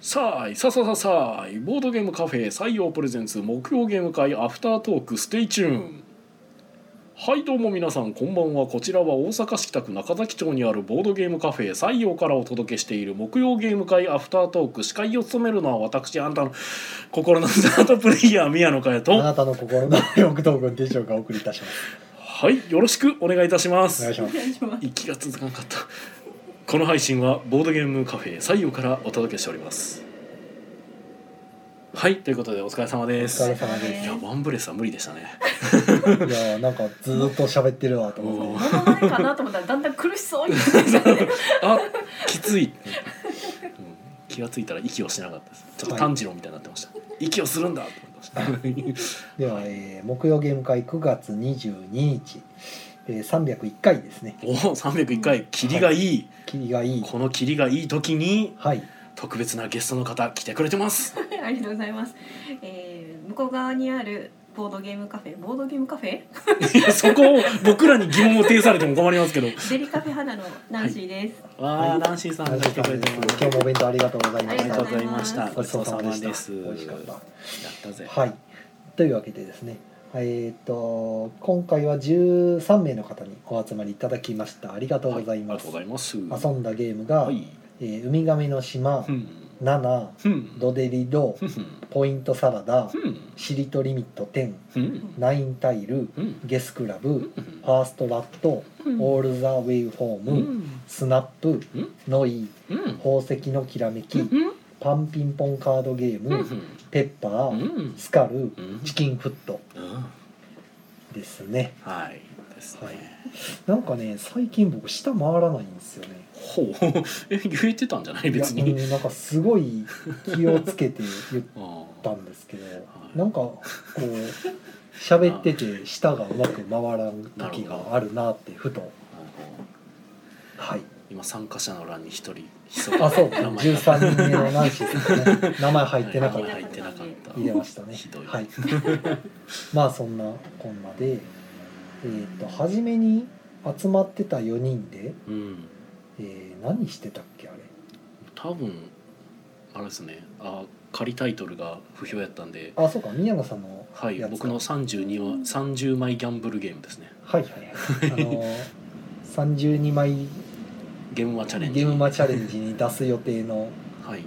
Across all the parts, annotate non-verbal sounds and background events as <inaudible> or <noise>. さあいさあさあさあいボードゲームカフェ採用プレゼンツ木曜ゲーム会アフタートークステイチューンはいどうも皆さんこんばんはこちらは大阪市北区中崎町にあるボードゲームカフェ採用からお届けしている木曜ゲーム会アフタートーク司会を務めるのは私あんたの心のスタートプレイヤー宮野佳代あとなたの心の欲道具の手帳がお送りいたします。はいよろしくお願いいたしまお願いしすます。息が続かなかったこの配信はボードゲームカフェ採用からお届けしておりますはいということでお疲れ様ですお疲れ様でいすやワンブレスは無理でしたね。いやーなんかずーっと喋ってるわと思って。もうモノマネかなと思ったらだんだん苦しそうになってきたねあきつい、うん気がついたら息をしなかったです。ちょっと炭治郎みたいになってました。息をするんだと思ってました。では、えー木曜ゲーム会9月22日、えー、301回ですね。おお三百一回霧がいい、霧がいい。この霧がいい時にはい。特別なゲストの方来てくれてます。ありがとうございます、えー、向こう側にあるボードゲームカフェボードゲームカフェいやそこを僕らに疑問を呈されても困りますけど。デリカフェ花のナンシーです、わはあいナンシーさんが来てくれてます。今日もお弁当ありがとうございまあしりた。がとうございました。ごごちちそそううささままででしたす。美味しかったやったぜ。はい。というわけでですね。えーっと今回は13名の方にお集まりいただきましたありがとうござはいいます,、ありがとうございます。遊んだゲームが「はい。えーウミガメの島」うん。ナナうん。ドデリドうんうん。ポイントサラダうんしりとリミット10うんナインタイルうんゲスクラブうんファーストラットうんオールザウェイホーうムんスナップうんノイうん宝石のきらめきうんパンピンポンカードゲーうんムペッパうんーうんスカルうんチキンフットうんですねはいですはいねなんかね最近僕下回らないんですよねほうえ言えてたんじゃない別いやにうんなんかすごい気をつけて言っあたーんですけど、なんかこう喋ってて舌がうまく回らん時があるなってふとあのはい今参加者の欄に一人ひそ <laughs> あそう名前13人目のナンシーさんね名前入ってなかっ名前た入ってなかった入れましたねひどいはいまあそんなこんなでえーっと初めに集まってた4人で、うんえー何してたっけあれ多分あれですねあ仮タイトルが不評やったんであそうか宮野さんのやつかはい僕の32は30枚ギャンブルゲームですねはいはい <laughs> はいあのー32枚ゲームはチャレンジゲームマチャレンジに出す予定の、はい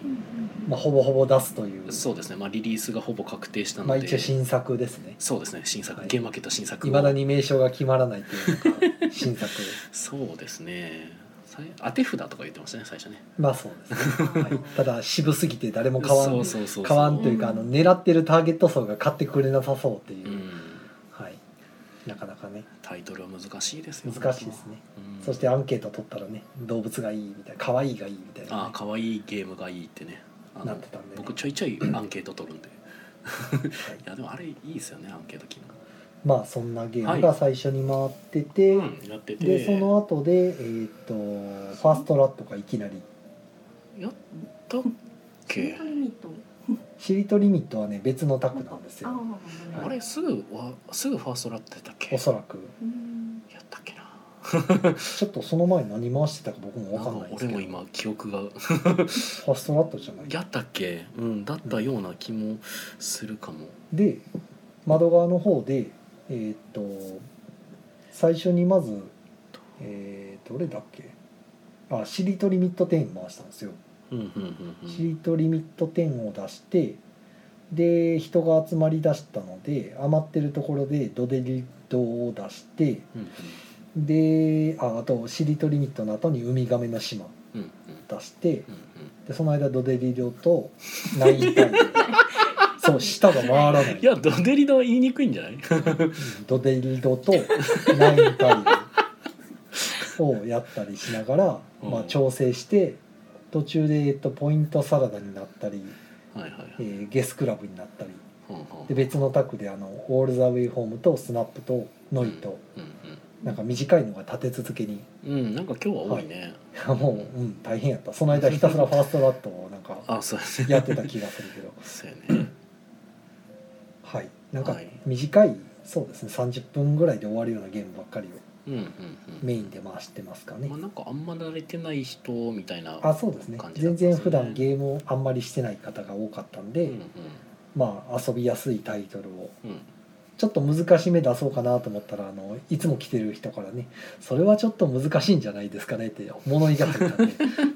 まあ、ほぼほぼ出すというそうですねまあリリースがほぼ確定したまあ、ので一応新作ですねそうですね新作、はいゲームマーケット新作いまだに名称が決まらないというのが新作 <laughs> そうですねさい当て札とか言ってましたね最初ねまあそうですね、はい、ただ渋すぎて誰も買わんそうそうそうそう買わんというかあの狙ってるターゲット層が買ってくれなさそうっていうう、んはい、なかなかねタイトルは難しいですよ難しいですね、うんそしてアンケート取ったらね動物がいいみたいな可愛いがいいみたいなね、ああ可愛いゲームがいいってねあのなってたんでね、僕ちょいちょいアンケート取るんで <laughs> いはいやでもあれいいですよねアンケート機能まあそんなゲームが最初に回ってて、うんやっててでその後でえーっ、とファーストラットがいきなりやったっけ本当にミートしりとリミットはね別のタクなんですあよーあれすぐはすぐファーストラットやったっけおそらくうんやったっけなちょっとその前何回してたか僕も分かんないんでか俺すけどもフ今記憶がァーストラットじゃないやったっけうんだったような気もするかもで窓側の方でえーっ、と最初にまずえー、どれだっけあしりとリミット10回したんですようんうんうんうんシートリミット10を出してで人が集まりだしたので余ってるところでドデリドを出してうんうんでああとシリトリミットの後にウミガメの島うんうん出してうんでその間ドデリドとナイ <laughs> ンタイムそう舌が回らなうんいいやドデリドは言いにくいんじゃないドデリドとナインタイムをやったりしながら、まうあ、ん調整して途中で、えっと、ポイントサラダになったり、はいはいえーゲスクラブになったりうんうんで別のタクであの「オール・ザ・ウェイ・ホーム」と「スナップ」と「ノイ」とうなんか短いのが立て続けに <laughs> んうんうんなんか今日は多いねもう、うん、大変やったその間ひたすらファーストラットをなんかあそうですねやってた気がするけどそうやねはいなんかはい短いそうですね30分ぐらいで終わるようなゲームばっかりをううんうんメインで回してますかうんねまあ、なんかあんま慣れてない人みたいなあそうですね感じなん全ですね然普段ゲームをあんまりしてない方が多かったんで、うんうんまあ遊びやすいタイトルをうんちょっと難しめ出そうかなと思ったらあのいつも来てる人からねそれはちょっと難しいんじゃないですかねって物言いがついた ん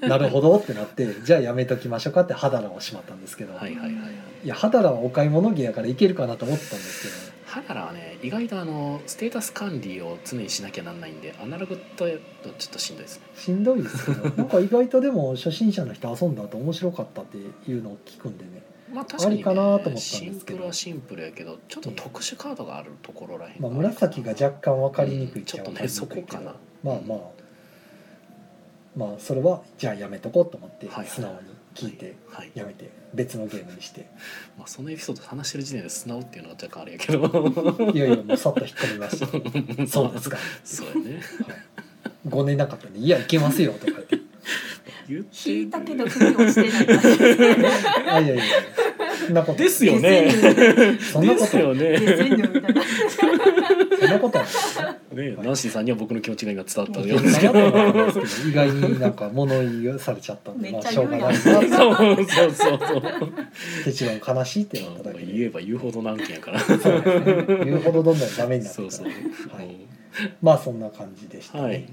<laughs> でなるほどってなってじゃあやめときましょうかってハダラをしまったんですけど、、はいいはいはいはいやハダラはお買い物着やからいけるかなと思ったんですハガラはね意外とあのステータス管理を常にしなきゃなんないんでアナログとやるとちょっとしんどいですねけどしんどいですけどなんか意外とでも初心者の人遊んだ後面白かったっていうのを聞くんでねまあ確かに、ね、ありかなと思ったんですけシどンプルはシンプルやけどちょっと特殊カードがあるところらへんまあ、紫が若干分かりにくいちょっと分ねりそにくこいけかどなまあまあまあそれはじゃあやめとこうと思ってはいはい素直に聞いてはい、やめて別のゲームにしてまあ、そのエピソード話してる時点で素直っていうのが若干あれやけどいよいよもうさっと引っ込み <laughs> ましたそうですかそうやね5年なかったんで「いやいけますよ」とか言って「言って引いたけど腑に落ちてない感あいやいやいやそんなことですよねそんなことですよねじねレジェンドみたいなそんなことはナンシーさんには僕の気持ちが今伝わった <laughs> ないよようですけかなどとは思ったんですけど意外になんか物言いされちゃったんでめまっあちゃしょ言ううがやんないなとそうそうそうそう手違う悲しいってなったまあだけ言えでば言うほど何件やから <laughs> そうですね言うほどどんどんダメになってそうくそかうらはいまあそんな感じでしたね。ははいい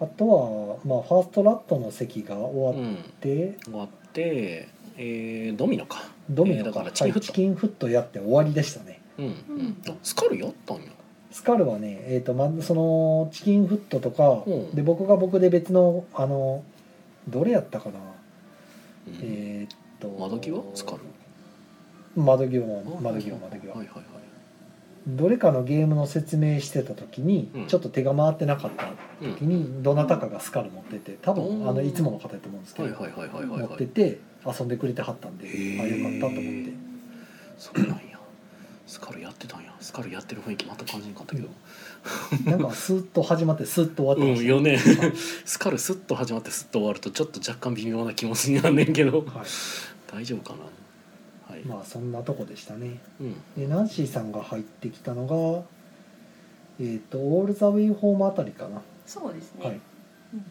あとは、まあ、ファーストラットの席がう終わっんて、終わって、えー、ドミノかドミえーノだか、かららはチキンいフットチキンフットやって終わりでしたね。うん、ううんん、あスカルやったんやスカルはね、えーとま、そのチキンフットとか、うんで僕が僕で別のあのどれやったかな、うんえーっと窓際スカル窓際も窓際窓は際いはいはいどれかのゲームの説明してた時に、うんちょっと手が回ってなかったうん時にどなたかがスカル持ってて多分あのいつもの方やと思うんですけはどい、はいはいはいはい持はっていて遊んでくれてはったんでへあよかったーと思ってそうなんやスカルやってたんやスカルやってる雰囲気全く感じなかったけどなんかスーッと始まってスーッと終わっうてんましたよねスカルスッと始まってスッと終わるとちょっと若干微妙な気持ちになんねんけ <laughs> どは大丈夫かなはい、い、まあそんなとこでしたねうんでナンシーさんが入ってきたのがえっ、とオール・ザ・ウェイ・ホームあたりかなそうですね、はいうんうん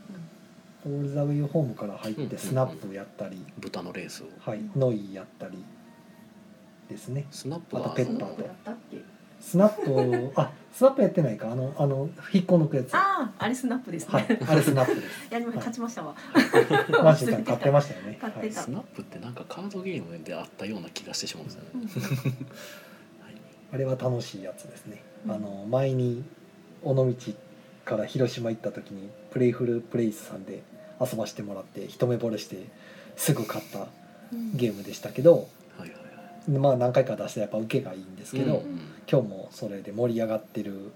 オール・ザ・ウェイ・ホームから入っうんうんうてんスナップやったり、豚のレースをはい、ノイやったりですねスナップあがとペそッんパなーことやったっけスナップをあスナップやってないかあのあの引っこ抜くやつはあああれスナップですね、いあれスナップです <laughs> いやでも勝ちましたわ、ナンシーさん買ってましたよね買ってたスナップってなんかカードゲームであったような気がしてしまうんですよね、うんはいあれは楽しいやつですね、うんあの前に尾道から広島行った時にプレイフルプレイスさんで遊ばしてもらって一目惚れしてすぐ買ったうんゲームでしたけどはいはいはいまあ何回か出してやっぱ受けがいいんですけうんど、うん今日もそれで盛り上がってる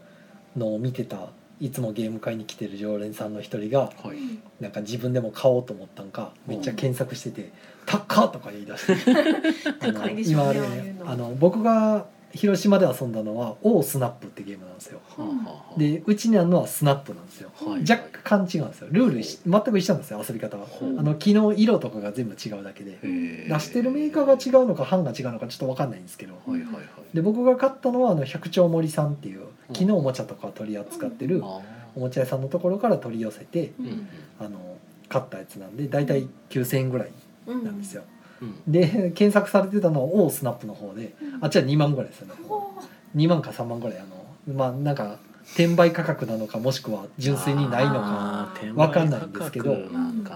のを見てたいつもゲーム会に来てる常連さんの一人がはいなんか自分でも買おうと思ったんかめっちゃ検索してて「タッカー!」とか言い出してあ <laughs> 高のいでしょ今うあねれああいうねのあの僕が広島で遊んだのは「オースナップ」ってゲームなんですよはあはあはあでうちにあるのはスナップなんですよはい若干違うんですよルールし全く一緒なんですよ遊び方はほうあの機能色とかが全部違うだけでへ出してるメーカーが違うのか版が違うのかちょっと分かんないんですけどはいはいはいで僕が買ったのはあの百丁森さんっていううん木のおもちゃとかを取り扱ってるあおもちゃ屋さんのところから取り寄せてーうんあの買ったやつなんで大体9,000円ぐらいうんなんですようんうんで検索されてたのはオースナップの方であっちは2万ぐらいですよねほう2万か3万ぐらいあのまあなんか転売価格なのかもしくは純粋にないのか、あーわかんないんですけど転売価格なんかな、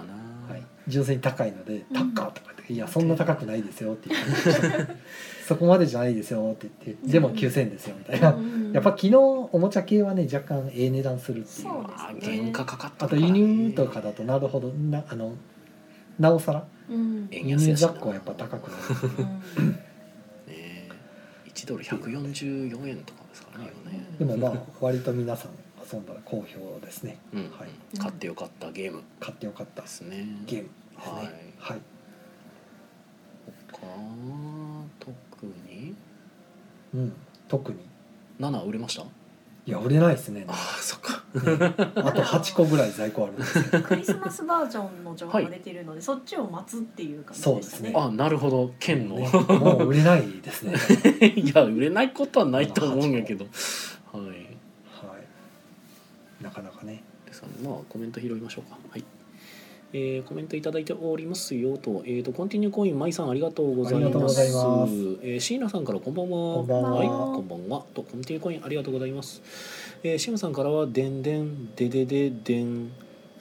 はい、純粋に高いので「うん高っ!」とか言って「いやそんな高くないですよ」って言って「 <laughs> そこまでじゃないですよ」って言って「でも9,000円ですよ」みたいな、うんやっぱ昨日おもちゃ系はね若干ええ値段するっていうそうあーですね原価かかったあのかと輸入とかだとなるほどなあのなおさらうんえ円輸安入やしな雑貨はやっぱ高くなるうんね1ドル144円とかですからね、でもまあ割と皆さん遊んだら好評ですね今ね、うんはい買ってよかったゲーム買ってよかったですねゲームですねはいはい他特にうん、特に7売れましたいや売れないですねあーそっかあと8個ぐらい在庫あるんですけどクリスマスバージョンの情報が出てるので、そっちを待つっていう感じでしたね。そうあなるほど <laughs> 剣の、 <laughs> ねもう売れないですね、はいいや売れないことはないと思うんやけどはい、なかなかねですのでまあコメント拾いましょうかはいえー、コメントいただいておりますよと、えー、とコンティニューコインまいさんありがとうございありがとうまごすざいますえー、椎名さんからこんばんはこんばんははい、こんばんはとコンティニューコインありがとうございます、えー、シムさんからはでんでんででででん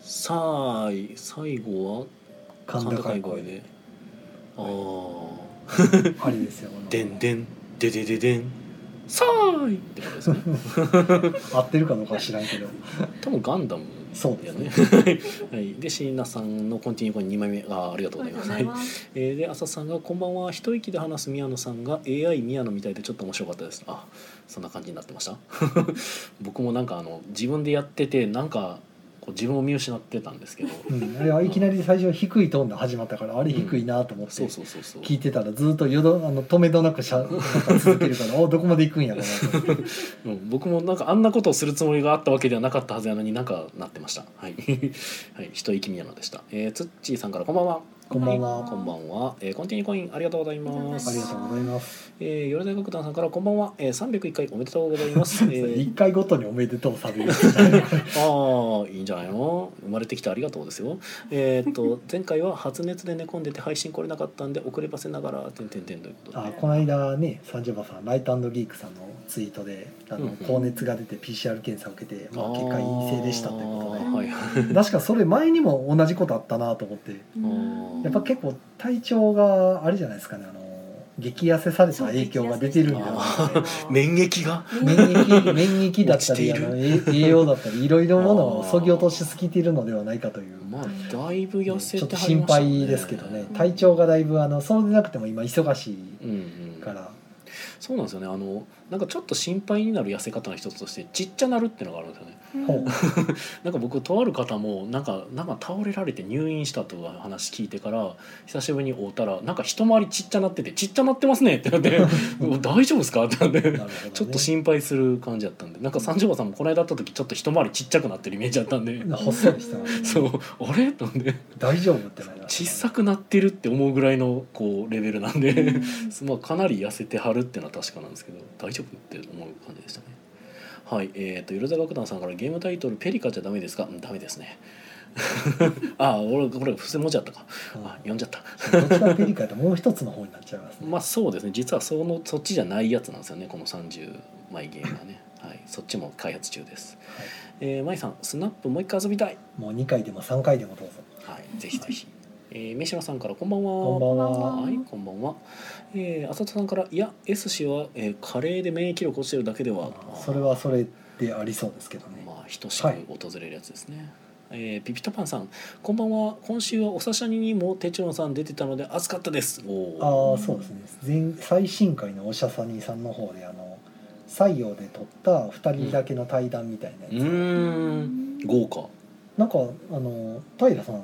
さーい最後は甲甲高高いい声声ででああありですよでんでんででででんさーいってことですね合ってるかどうかは知らんけど多分ガンダムそうだでよすねねはいで椎名さんのコンティニューコイン2枚目あーありがとうございますありがとうございます。えーで浅田さんが「こんばんは一息で話す宮野さんが AI 宮野みたいでちょっと面白かったです」あそんな感じになってました <laughs> 僕もなんかあの自分でやっててなんかこう自分を見失ってたん <laughs> ですけどうん、あれはいきなり最初低いトーンで始まったからあれ低いなと思っそてうそうそうそう聞いてたらずっとよどあの止めどなくしゃなんか続け <laughs> るからおどこまで行くんやろうなと思ってうん、僕もなんかあんなことをするつもりがあったわけではなかったはずやのになんかなってましたはい、 <laughs> はい、一息宮野でした、えー、つっちーさんからこんばんはこんばんあはこんばんは、えー、コンティニューコインありがとうございまありがすとうございますえー、よろ大黒団さんからこんばんは、えー、301回おめでとうございます、 <laughs> えー一回ごとにおめでとう <laughs> されるああいいんじゃないの生まれてきてありがとうですよえーっ <laughs> と前回は発熱で寝込んでて配信来れなかったんで遅ればせながらてんてんてんということであこの間ね三十番さんライトギークさんのツイートであうんのうん高熱が出て PCR 検査を受けて、まあ、結果陰性でしたということあでーはい <laughs> はい <laughs> 確かそれ前にも同じことあったなと思ってうんやっぱ結構体調があれじゃないですかねあの激痩せされた影響が出てるんだろうね免疫が免疫免疫だったりあ落の栄栄養だったりいろいろものをそぎ落としすぎているのではないかという。まあだいぶちょ痩せってとはり心ましたね配ですけどねうん体調がだいぶあのそうでなくても今忙しうんいうんからそうなんですよねあのなんかちょっと心配になる痩せ方の一つとしてちっちゃなるっていうのがあるんですよねうんほうなんか僕とある方もなんかなんか倒れられて入院したという話聞いてから久しぶりに会うたらなんか一回りちっちゃなっててちっちゃなってますねってなって <laughs> うん大丈夫ですかってなってなるほどねちょっと心配する感じだったんでなんか三条さんもこの間会った時ちょっと一回りちっちゃくなってるイメージだったん <laughs> でほっそりしてますねそうあれなんで大丈夫ってなりま小したさねくなってるって思うぐらいのこうレベルなんうでんまあかなり痩せてはるっていうのは確かなんですけど大丈夫って思う感じでしたねはいえー、とよろざ楽団さんからゲームタイトル「ペリカじゃダメですか?」うんダメですね <laughs> あ俺これ伏せ文字だったかうんあ読んじゃったどっちかペリカともう一つの方になっちゃいますねまあそうですね実はそのそっちじゃないやつなんですよねこの30枚ゲームはね、はい、そっちも開発中です、はいえー、舞さんスナップもう一回遊びたい、もう2回でも3回でもどうぞはい、ぜひぜひ、えー、飯野さんからこんばんはこんばんははいこんばんは、えー、浅田さんからいや S 氏は、えー、カレーで免疫力落ちてるだけではそれはそれでありそうですけどねまあ等しく訪れるやつですね、えーピピタパンさんこんばんは今週はお刺身にもテチロンさん出てたので暑かったですおーああそうですね前最新回のおしゃさにさんの方であの採用で撮った2人だけの対談みたいなやうつ、ーん豪華、なんかあの平さん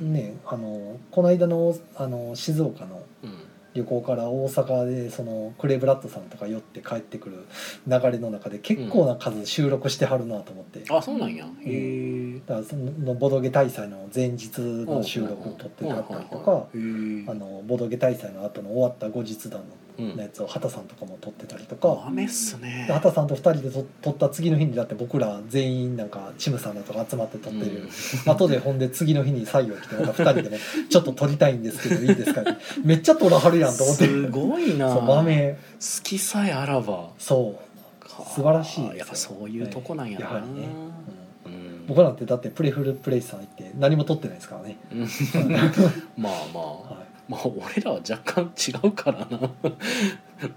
うんねあのこの間のあの静岡のうん旅行から大阪でそのクレイブラッドさんとか寄って帰ってくる流れの中で結構な数収録してはるなと思って、あそうなんやへえだからそのボドゲ大祭の前日の収録を撮ってたったりとかうんうんうんあへのボドゲ大祭の後の終わった後日談えうんのやつを畑さんとかも撮ってたりとか。豆っすねで畑さんと2人でと撮った次の日にだって僕ら全員なんかチムさんだとか集まって撮ってる、後でほんで次の日に採用来てまた2人でね <laughs> ちょっと撮りたいんですけどいいですかねめっちゃ撮らはるうんやんと思ってすごいなそう豆好きさえあらばそか素晴らしいですよやっぱそういうとこなんやな、はいやはりねう、うん僕なんてだってプレフルプレイスさん行って何も撮ってないですからね、うん <laughs> まあまあ、はい、まあ俺らは若干違うからな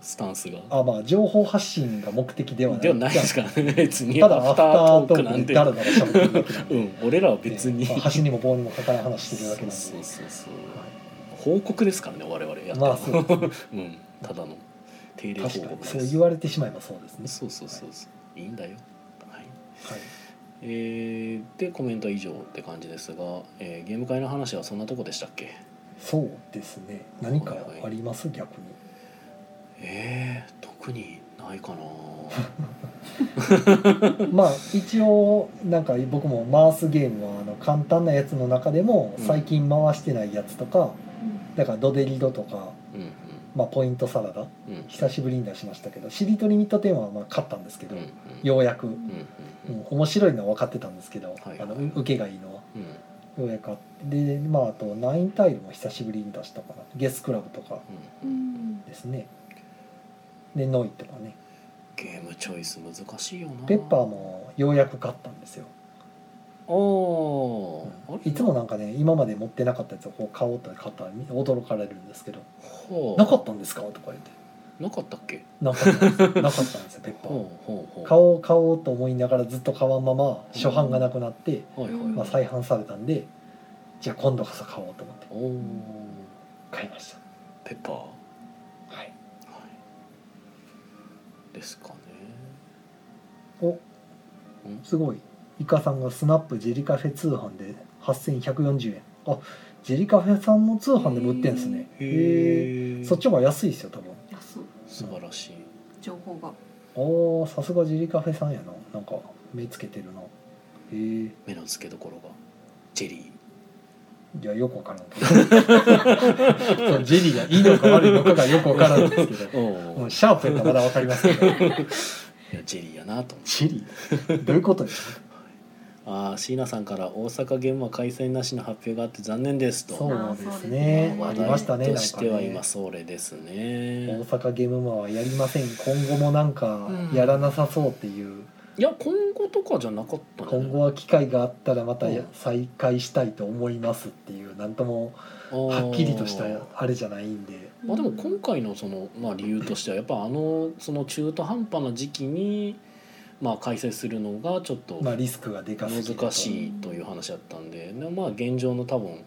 スタンスがあまあ情報発信が目的ではないではないですからね別にただアフターアフタートトークなーんクでてダラダラ喋ってるだけなんで、うん俺らは別に、ねまあ箸にも棒にもかからん話してるそうだけなんでそうそうそうは報告ですからね我々やってるい、まあそうですねうん、ただの定例報確か告にですそう言われてしまえばそうですねそうそうそうそういいんだよはいはいえーでコメントは以上って感じですが、えーゲーム会の話はそんなとこでしたっけそうですね何かあります逆にえー、特にない <laughs> かなまあ一応なんか僕も回すゲームはあの簡単なやつの中でもうん最近回してないやつとかだからドデリドとかうんうんまあ、ポイントサラダうんうん久しぶりに出しましたけどしりとりミッドテーマはまあ勝ったんですけど、うんようやく、うん、うんうん面白いのは分かってたんですけど、はいあの受けがいいのはうんようやくあってでまああとナインタイルも久しぶりに出したかなゲスクラブとかううんんですねでノイとかねゲームチョイス難しいよなペッパーもようやく勝ったんですよおーあれいつもなんかね今まで持ってなかったやつをこう買おうと買ったら驚かれるんですけど「ほうなかったんですか?」とか言 <laughs> ってなかったっけ「なかったんですなかったんですよペッパーほうほうほう買おう買おうと思いながらずっと買わんまま初版がなくなって、はいはい、まあ、再販されたんでじゃあ今度こそ買おうと思っておお買いましたペッパー、ははいい、ですかねおうんすごいイカさんがスナップジェリカフェ通販で8140円あジェリカフェさんも通販でも売ってんですねへえへえそっちの方が安いですよ多分いやそう素晴らしい情報がおーさすがジェリカフェさんやななんか目つけてるなへえ目の付けどころがジェリいやよくわからんけ <laughs> どそうジェリーがいいのか悪いのかがよくわからんですけどーおもおうシャープやったらまだわかりますけどい <laughs> やジェリーやなと思ってジェリーどういうことですかああ椎名さんから大阪ゲームは開催なしの発表があって残念ですとそうですねああそうですねりましたねとなんしかてはね今それです大ね阪ゲームマはやりません今後もなんかやらなさそうっていういや今後とかじゃなかったね今後は機会があったらまたやうん再開したいと思いますっていうなんともはっきりとしたあーあれじゃないんでまあ、でも今回のその、まあ、理由としてはやっぱあのその中途半端な時期に、まあ、開催するのがちょっとまあリスクがでかすぎると難しいという話だったんで、でまあ、現状の多分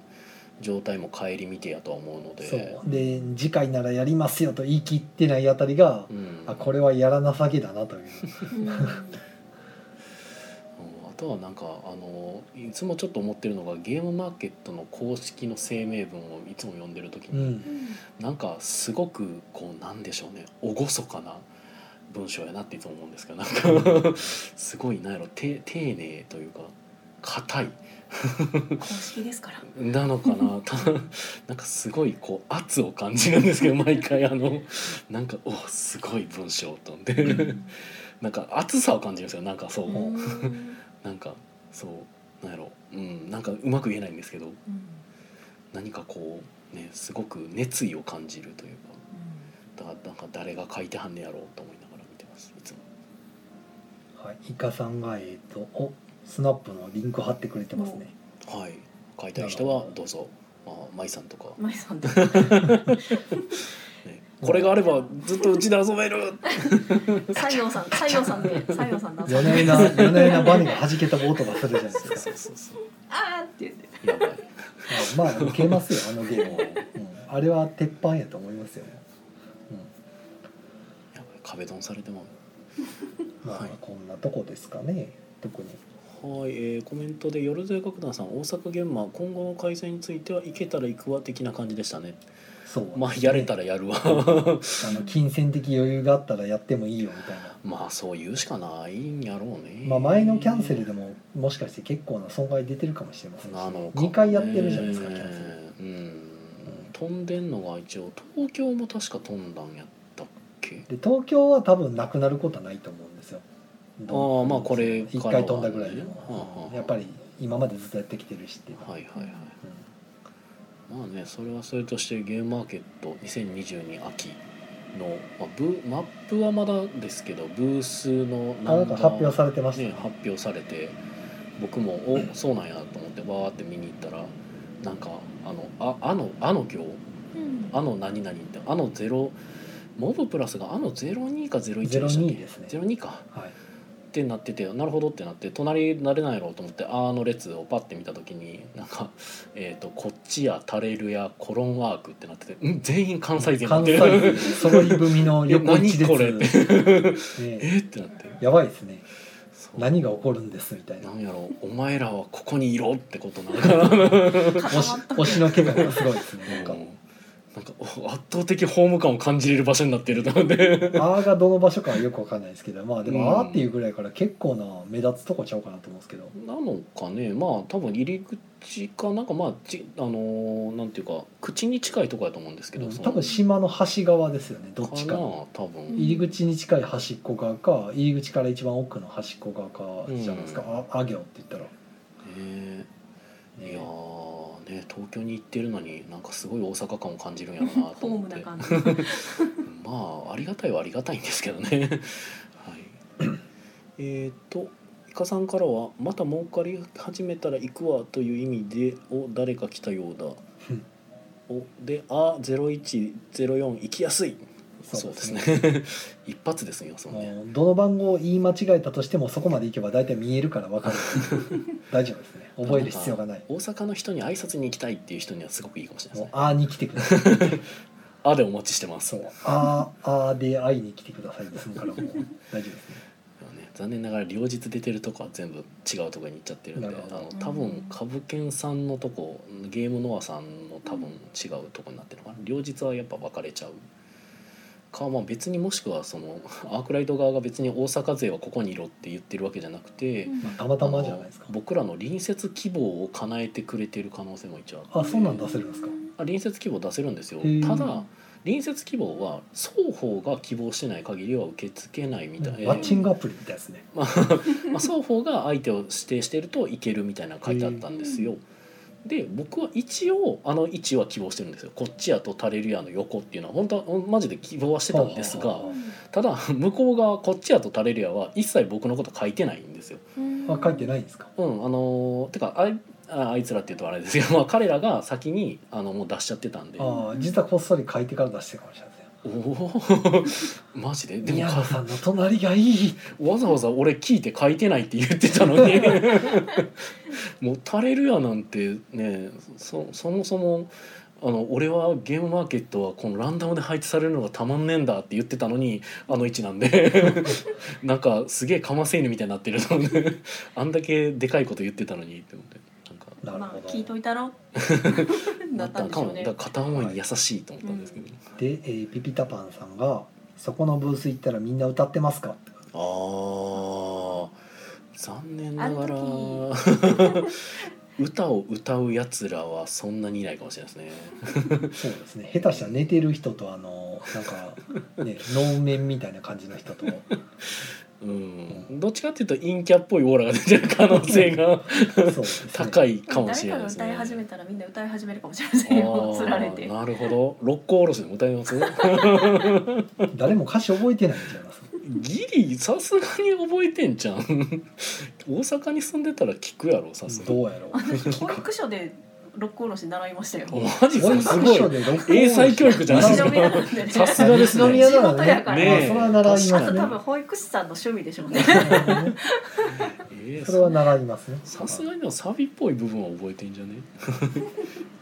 状態も顧みてやとは思うのでそうで次回ならやりますよと言い切ってないあたりが、うん、あこれはやらなさげだなといううんうんあとはなんかあのいつもちょっと思ってるのがゲームマーケットの公式の声明文をいつも読んでる時うに、んなんかすごくこうなんでしょうね厳かな文章やなっていつも思うんですけどなんかすごいなんやろて丁寧というか硬い公式ですからなのか <laughs> なたなんかすごいこう圧を感じるんですけど毎回あのなんかおすごい文章と思ってなんか熱さを感じるんですよなんかそう、うんなんかそうなんやろうんなんかうまく言えないんですけどうん何かこうねすごく熱意を感じるというか。だからなんか誰が書いてはんねやろうと思いながら見てますいつもはい、イカさんがえっ、とおスナップのリンク貼ってくれてますねはい書いてる人はどうぞまあ舞さんとか、マイさんとね、これがあればずっとうちで遊べる <laughs> 西洋さん西洋さんで西洋さんだ夜な夜な夜な夜なバネが弾けた音がするじゃないですそうかそうそうそうあーって言ってやばいまあ受けますよあのゲームは、うんあれは鉄板やと思いますよ、やばい壁ドンされてもうん、まあ、はいこんなとこですかね特にはい、えーコメントで「よろずや楽団さん大阪現場今後の改善については行けたら行くわ」的な感じでしたねそう、まあやれたらやるわあの金銭的余裕があったらやってもいいよみたいなまあそう言うしかないんやろうねまあ、前のキャンセルでももしかして結構な損害出てるかもしれませんしなのか2回やってるじゃないですかねキャンセルうん飛んでんのが一応東京も確か飛んだんやったっけで東京は多分なくなることはないと思うんですよあーまあこれ1からは回ね飛んだぐらいではあはもあやっぱり今までずっとやってきてるしっていうのははいはいはいまあねそれはそれとしてゲームマーケット2022秋の、まあ、ブマップはまだですけどブースのうんあなんか発表されてましたねね、発表されて僕も「おそうなんや」と思ってわーって見に行ったらなんかあの「ああのあの行」あの何々ってあのゼロモブプラスがあの02か01でしたっけ02ですね02かはいってなっててなるほどってなって隣なれないやろうと思ってあの列をパッて見た時になんか、えーと「こっちやタレルやコロンワーク」ってなっててん全員関西人になって関西る揃い踏みの横一え何これ列、 <laughs> えね、ーってなってやばいですねそう何が起こるんですみたいななんやろうお前らはここにいろってことなのかな固押しまった押しのけがすごいですねななんんかかもうなんかお圧倒的ホーム感を感じれる場所になっているのであーがどの場所かはよくわかんないですけどまあでうんもあーっていうぐらいから結構な目立つとこちゃうかなと思うんですけどなのかねまあ多分入り口かなんかまあちあのーなんていうか口に近いとこやと思うんですけど、うんその多分島の端側ですよねどっちかな多分入り口に近い端っこ側か入り口から一番奥の端っこ側かじゃないですか、うああ行って言ったら、ねいねやーね東京に行ってるのになんかすごい大阪感を感じるんやろうなとホー思っムなて感じ。はまあありがたいはありがたいんですけ <laughs> どねはいえっとイカさんからは「また儲かり始めたら行くわ」という意味でを誰か来たよう <laughs> だうんおで「あ0104行きやすい」そうですね <laughs> 一発ですよそのねもうどの番号を言い間違えたとしてもそこまで行けば大体見えるから分 <laughs> かる大丈夫ですね覚える必要がない大阪の人に挨拶に行きたいっていう人にはすごくいいかもしれないでもうすねあーに来てください <laughs> 「あ」でお待ちしてますそうあーあーで会いに来てくださいですからもう大丈夫ですねでもね残念ながら両日出てるとこは全部違うとこに行っちゃってるんでなるほあどの多分株券さんのとこゲームノアさんの多分違うとこになってるのかな両日はやっぱ分かれちゃうかまあ別にもしくはその <laughs> アークライト側が別に大阪勢はここにいろって言ってるわけじゃなくて、まあたまたまじゃないですかあの僕らの隣接希望を叶えてくれてる可能性も一応ああってそんなん出せるんですかあ隣接希望出せるんですよへーただ隣接希望は双方が希望してない限りは受け付けないみたいマッチングアプリみたいですねまあ、まあ双方が相手を指定してるといけるみたいなの書いてあったんですよ。で僕は一応あの位置は希望してるんですよこっちやとタレルヤの横っていうのは本当はマジで希望はしてたんですはあはがあただ向こうがこっちやとタレルヤは一切僕のこと書いてないんですよ。あ書いてないんですかうんあのーてかあいああいつらっていうとあれですけど、まあ、彼らが先にあのもう出しちゃってたんであおー実はこっそり書いてから出してるかもしれませんお <laughs> マジででも宮か野さんの隣がいいわざわざ俺聞いて書いてないって言ってたのに <laughs> もう「タレルヤ」なんてねそそもそもあの俺はゲームマーケットはこのランダムで配置されるのがたまんねえんだって言ってたのにあの位置なんで <laughs> なんかすげえかませ犬みたいになってるのであんだけでかいこと言ってたのにって思ってなんかなるまほあ聞いどとい <laughs> たろ。なだったんでしょうだねから。片思いに優しいと思ったんですけど、で、えーピピタパンさんが「そこのブース行ったらみんな歌ってますか?」ってああ残念ながらあ <laughs> 歌を歌うやつらはそんなにいないかもしれないですねそうですね下手したら寝てる人とあのなんかね能面みたいな感じの人とうんどっちかっていうと陰キャっぽいオーラが出てる可能性 <laughs> がそうですね高いいかもしれない誰かがです歌いね始めたらみんな歌い始めるかもしれませ <laughs> んよ。つられあてー。なるほど六甲おろしでも歌います <laughs> 誰も歌詞覚えてないんじゃないですかギリさすがに覚えてんじゃん大阪に住んでたら聞くやろさすがにどうやろう私保育所で六甲おろし習いましたよ。マジですかすごい英才教育じゃないでですすかか西宮なんでね。さすがですね西宮なのね。ねえそれは習いますねあと多分保育士さんの趣味でしょうね。えーそれは習いますねさすがにでもサビっぽい部分は覚えてんじゃね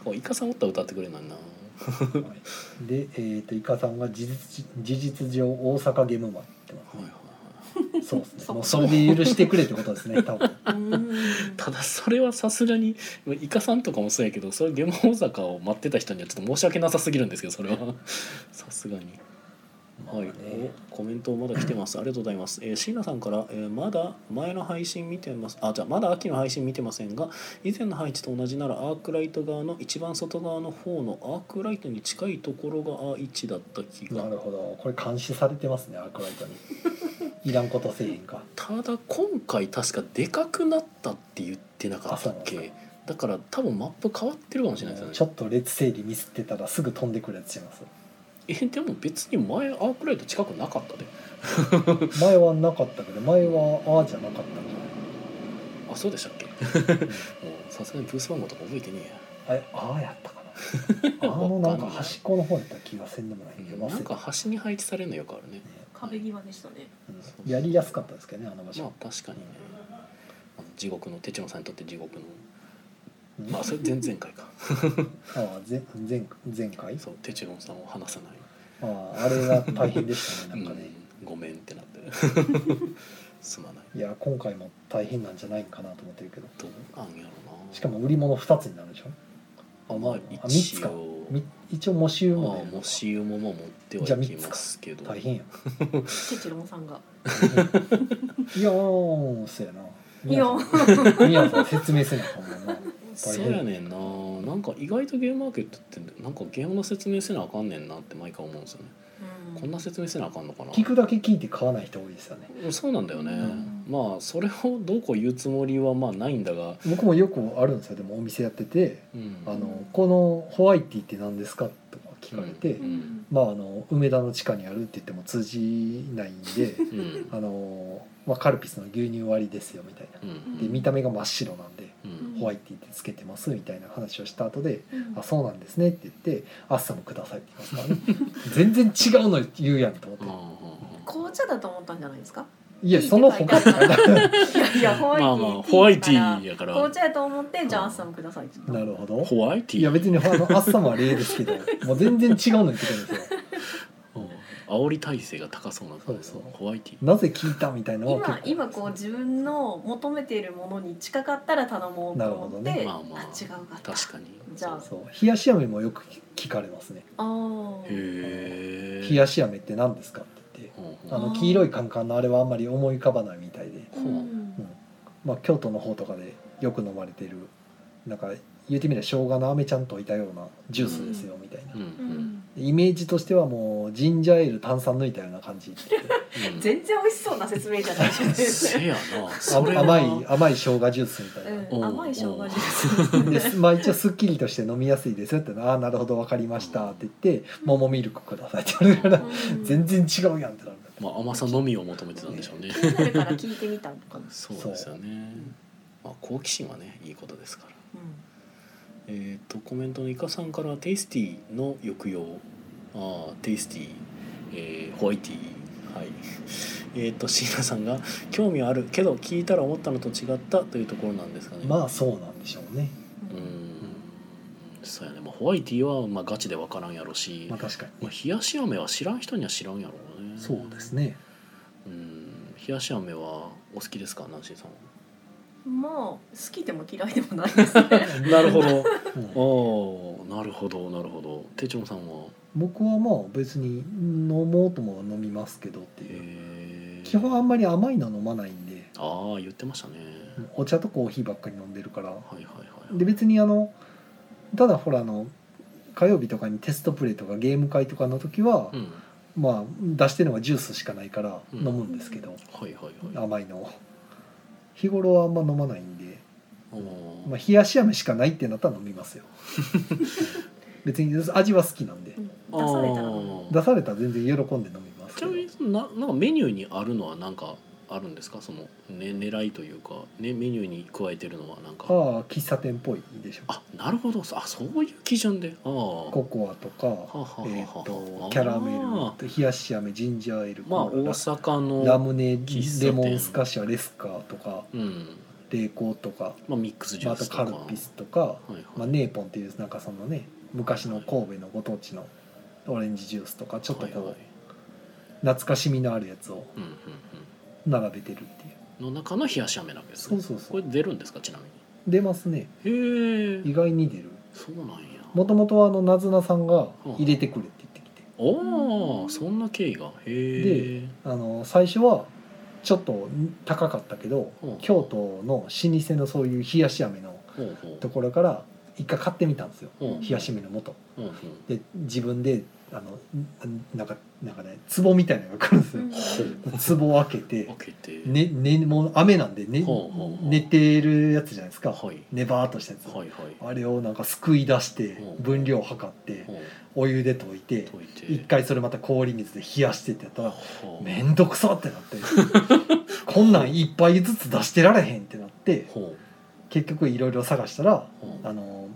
こうイカさんおったら歌ってくれないなはいでえー、とイカさんが事実事実上大阪ゲームマンってますねそうですねもうそれで許してくれってことですね多分ただそれはさすがにまあイカさんとかもそうやけどそれゲーム大阪を待ってた人にはちょっと申し訳なさすぎるんですけどそれはさすがに。はい、おコメントまだ来てます。ありがとうございます。えー、椎名さんから、えーまだ前の配信見てます。あ、じゃあまだ秋の配信見てませんが、以前の配置と同じならアークライト側の一番外側の方のアークライトに近いところがあ位置だった気がなるほどこれ監視されてますねアークライトにいらんことせえへんかただ今回確かでかくなったって言ってなかったっあそうけだから多分マップ変わってるかもしれないですちょよねっと列整理ミスってたらすぐ飛んでくるやつしますえでも別に前アークライト近くなかったで前はなかったけど前はああじゃなかったあそうでしたっけもん <laughs> じゃない、うさすがにブース番号とか覚えてねえやあれああやったかなあのなんか端っこの方やった気がせんでもないけうどん忘れたなんか端に配置されるのよくあるね壁際でしたね。うんやりやすかったですけどねあの場まあ所、確かにねあの地獄の手帳さんにとって地獄のうんまあそれ前々 <laughs> 回かああ前前前回そう手帳さんを離さないあああれが大変でし <laughs> たねなんかね、うんごめんってなって <laughs> すまないいや今回も大変なんじゃないかなと思ってるけどどうなんやろうなしかも売り物2つになるでしょあまああ三つ一か応み一応模集あもねあもしもも持ってはいきますけど大変やチェチロンさんが。いやーそうやないや、みやさん説明せなあかんもんなそうやねんななんか意外とゲームマーケットってなんかゲームの説明せなあかんねんなって毎回思うんですよね、こんな説明せなあかんのかな聞くだけ聞いて買わない人多いですよねそうなんだよね、うんまあそれをどうこう言うつもりはまあないんだが、僕もよくあるんですよでもお店やっててうん「あのこのホワイティって何ですか?」とか聞かれて、うんうんまああの梅田の地下にあるって言っても通じないんでうんあの、まあ、カルピスの牛乳割りですよみたいなう。んで見た目が真っ白なんでうんホワイティってつけてますみたいな話をした後でうんあそうなんですねって言って「アッサムください」って言いますからね <laughs> 全然違うの言うやんと思ってああ紅茶だと思ったんじゃないですか。いやその他って書いてある <laughs> いやいや、ホああまあワイティまーあホワイティーーやから紅茶やと思って、じゃあ、アッサムくださいって言っ <laughs> た。なるほどホワイテいィやー別にあのアッサムは例ですけどもう全然違うの言ってたんですようん煽り体制が高そうな感じそうそうホワイティーなぜ聞いたみたいなのは今結構今こう自分の求めているものに近かったら頼もうと思って、なるほどねまあまああ違うかった確かにじゃあそう冷やし飴もよく聞かれますねあー「へえ冷やし飴って何ですか?」って言ってほうあほの黄色いカンカンのあれはあんまり思い浮かばないみたいで、うんうんまあ、京都の方とかでよく飲まれてるなんか言ってみれば生姜の飴ちゃんといたようなジュースですよみたいなうう、んううんんイメージとしてはもうジンジャーエール炭酸抜いたような感じうん全然美味しそうな説明じゃないです <laughs> せね。やなそれ甘は甘い甘い生姜ジュースみたいな、うん、甘い生姜ジューでス。すまあ一応すっきりとして飲みやすいですよって「ああなるほど分かりました」って言って「桃ミルクください」って言われたらうん全然違うやんってなるまあ甘さのみを求めてたんでしょうね気になるから聞いてみたのかな。そうですよねまあ好奇心はねいいことですからえっ、とコメントのイカさんから「テイスティーの抑揚」あー「テイスティー」えーホワイティー」はい <laughs> えっ、と椎名さんが「興味はあるけど聞いたら思ったのと違った」というところなんですかねまあそうなんでしょうねうーんそうやね、まあ、ホワイティーはまあガチで分からんやろし、ままああ、確かにね冷やし飴は知らん人には知らんやろうねそうですねうん冷やし飴はお好きですかナンシーさんうんまあ好きでも嫌いでもない <laughs> ですね。なるほどうん <laughs> おなるほどなるほど手帳さんは僕はまあ別に飲もうとも飲みますけどっていうえー基本あんまり甘いの飲まないんでああ言ってましたね、お茶とコーヒーばっかり飲んでるからはいはいはいで別にあのただほらあの火曜日とかにテストプレイとかゲーム会とかの時はう、んまあ出してるのはジュースしかないからうん飲むんですけど、はいはいはい甘いのを日頃はあんま飲まないんで、おーまあ、冷やし飴しかないってなったら飲み <laughs> ますよ別に味は好きなんでうん出されたら飲む。あー出されたら全然喜んで飲みますちけなどみにそのななんかメニューにあるのはなんかあるんですかその、ね、狙いというか、ね、メニューに加えてるのはなんかああ喫茶店っぽいでしょあなるほどあそういう基準でああココアとははか、はえっはとキャラメル冷やし飴ジンジャーエールまあコー大ラ阪ラの、ムネ喫茶店レモンスカッシャレスカーとかうん冷凍とかまあ、ミックスジュまーたスとカか、ルピスとか、はいまあ、はい、ネーポンっていうなんかそのね昔の神戸のご当地のオレンジジュースとかちょっとはいこはいう懐かしみのあるやつをうんうん並べてるっていううんの中の冷やし飴なわけですそねうそうそこうれ出るんですかちなみ出ますねにへ意え外に出るそうなんやもともとあのなずなさんが入れてくれって言ってきておおそんな経緯がへえあの最初はちょっと高かったけどうん京都の老舗のそういう冷やし飴のほうほうところから一回買ってみたんですよほう冷やし飴の素ほうほで自分であのんなんかなんかね壺みたいなのが来るんですよ、壺を開けてう、開けて、ねね、もう雨なんで、ねほうほうほう寝てるやつじゃないですか、はいネバーっとしたやつ、はいはいあれをなんかすくい出してほう分量を測ってほうお湯で溶いて解いて一回それまた氷水で冷やしてってやったらほう面倒くさってなって <laughs> こんなん一杯ずつ出してられへんってなってほ結局いろいろ探したらうほうあの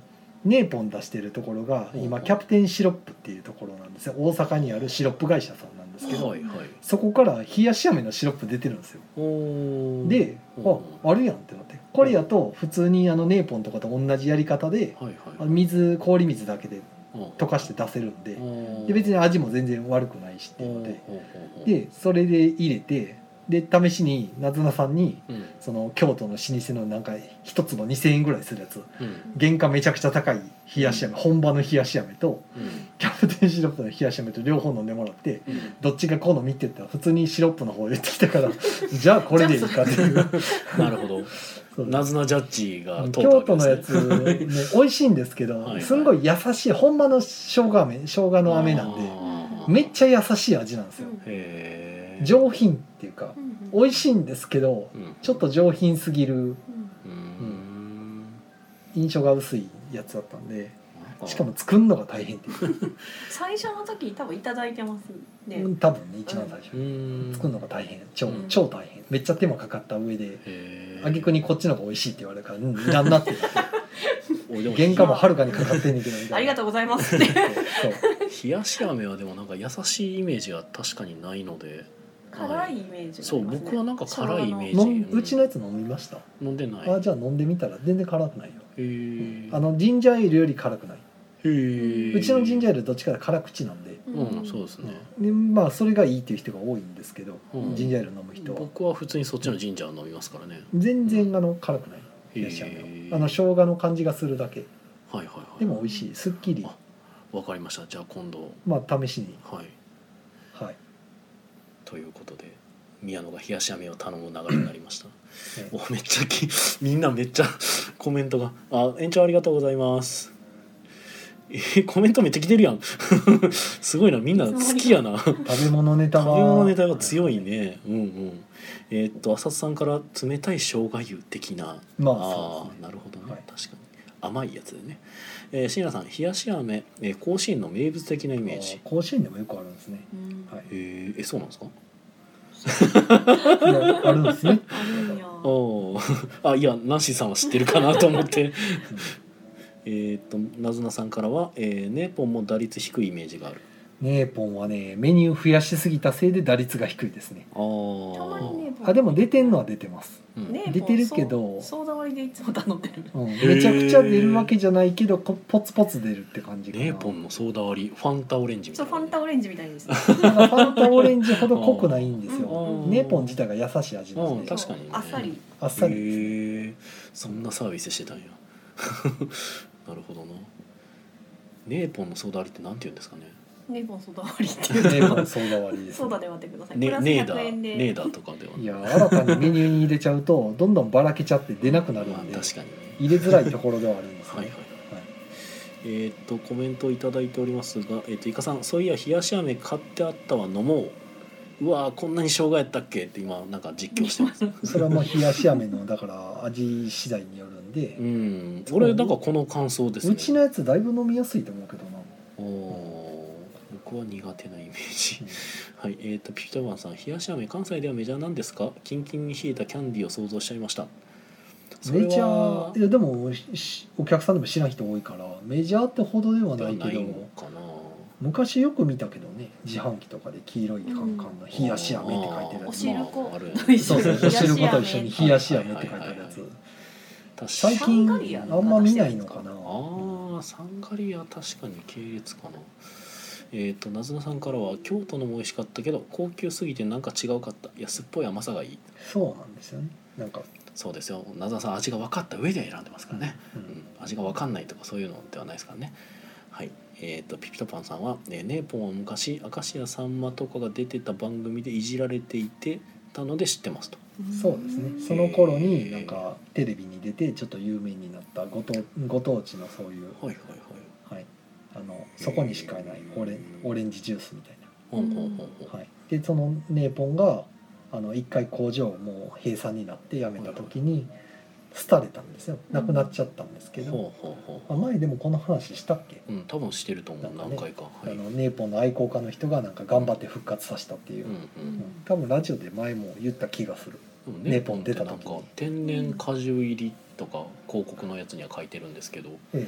ネーポン出してるところがうんう今んキャプテンシロップっていうところなんですよ大阪にあるシロップ会社さんなんですけど、はいはいそこから冷やし飴のシロップ出てるんですよおーで、うんうんああるやんってなってこれやと普通にあのネーポンとかと同じやり方ではいあはいの水氷水だけでうん溶かして出せるんでうんで別に味も全然悪くないしっていうのでほうほうほうほうでそれで入れてで試しになずなさんにうんその京都の老舗のなんか一坪2,000円ぐらいするやつうん原価めちゃくちゃ高い冷やし飴、本場の冷やし飴とうんキャプテンシロップの冷やし飴と両方飲んでもらってうんどっちが好みって言ったら普通にシロップの方言ってきたから <laughs> じゃあこれでいいかっていうなるほどそうナズナジャッジが通った京わけで都のすやねつ、ね、美味しいんですけどはいはいすんごい優しい本場の生姜飴生姜の飴なんであーめっちゃ優しい味なんですよへー上品っていうかお美味しいんですけどうんちょっと上品すぎるうーん印象が薄いやつだったんでなんかしかも作るのが大変っていう最初の時多分いただいてますね。うん多分ね一番最初うーん作るのが大変超うん超大変めっちゃ手間かかった上でへー挙句にこっちの方が美味しいって言われるからうんいらん <laughs> なっておいでも原価もはるかにかかってんねんけどみたいなありがとうございますって。 <laughs> そう冷やし飴はでもなんか優しいイメージが確かにないので辛いイメージそう僕はなんか辛いイメージ飲んうちのやつ飲みました、飲んでないあじゃあ飲んでみたら全然辛くないよ、へーあのジンジャーエールより辛くない、へーうちのジンジャーエールどっちかというと辛口なんで,、うんそうですねでまあそれがいいっていう人が多いんですけど、うんジンジャーエール飲む人は僕は普通にそっちのジンジャーを飲みますからね全然あの辛くないへーいらっしゃるよあの生姜の感じがするだけはいはいはいでも美味しいすっきりあわかりましたじゃあ今度まあ試しにはいはいということで宮野が冷やし飴を頼む流れになりました <laughs> ねおめっちゃき <laughs> みんなめっちゃコメントが「あ延長ありがとうございます」えコメントめっちゃ来てるやん <laughs> すごいなみんな好きやな <laughs> 食食べ物ネべタは物ネタが強いねうんうんえーっと浅田さんから「冷たい生姜湯」的なまああそあうですねなるほどね、はい確かに甘いやつでね、えー、椎名さん冷やし飴、えー甲子園の名物的なイメージあ甲子園でもよくあるんですねうんはいえー、えそうなんですかねあるんですねあるんや。おおー <laughs> あいやナンシーさんは知ってるかなと思って <laughs> えーっとなずなさんからは、えー、ネーポンも打率低いイメージがあるネーポンはねメニュー増やしすぎたせいで打率が低いですねあーたまにね。あでも出てんのは出てます、うんね出てるけどソーダ割りでいつも頼んでる。うん、めちゃくちゃ出るわけじゃないけどこポツポツ出るって感じかなネーポンのソーダ割りファンタオレンジみそたいうなファンタオレンジみたいですね。なんかファンタオレンジほど濃くないんですあよーネーポン自体が優しい味ですうねん確かにねあっさり。あっさりへですえねそんなサービスしてたんや <laughs> なるほどなネーポンのソーダ割りってなんて言うんですかねネーポンソーダ割りって <laughs> いネう。ーポン相場割りですソーねダで割ってください。プねラスネーダ100ー円ネで。ーダーとかではいや新たにメニューに入れちゃうとどんどんばらけちゃって出なくなるまあんで確かにね入れづらいところではあるんですねはいはいえーっとコメントをいただいておりますが、えーっといかさん「そういや冷やし飴買ってあったわ飲もう」うわーこんなに生姜やったっけって今なんか実況して <laughs> ますそれはもう冷やし飴のだから味次第によるんでう、ん俺なんかこの感想ですねうちのやつだいぶ飲みやすいと思うけどな、おー僕は苦手なイメージ <laughs> はいえーっとピピタマンさん「冷やし飴関西ではメジャーなんですか?」キンキンに冷えたキャンディーを想像しちゃいましたそれメジャはーいやでもしお客さんでも知らん人多いからメジャーってほどではでなはいけないどのかな昔よく見たけどね自販機とかで黄色いカンカンの冷やし飴って書いてるやおつ、汁うん粉まああると一そ緒うにそうお汁粉と一緒に冷やしし飴飴って書いてあるやつ確か最に近サンガリアのあんま見ないのかなああサンガリア確かに系列かなえっ、となずなさんからは京都のも美味しかったけど高級すぎてなんか違うかった安っぽい甘さがいいそうなんですよねなんか、そうですよなずなさん味が分かった上で選んでますからね、ううんん、味が分かんないとかそういうのではないですからねはいえー、とピピタパンさんは、ねネーポンは昔明石家さんまとかが出てた番組でいじられていてたので知ってますとそうですねその頃になんかテレビに出てちょっと有名になったご当ご当地のそういう、はいはいはいはい、あのそこにしかないオレオレンジジュースみたいなほんほんほんほんはい、でそのネーポンがあの一回工場をもう閉鎖になって辞めた時に廃れたんですよなくなっちゃったんですけど、ほうほうほあ前でもこの話したっけ、ううん多分してると思う、なんかね何回かはいあのネーポンの愛好家の人がなんか頑張って復活させたっていうう、んうんうん多分ラジオで前も言った気がするでもネポン出た時なんか天然果汁入りとか広告のやつには書いてるんですけどええ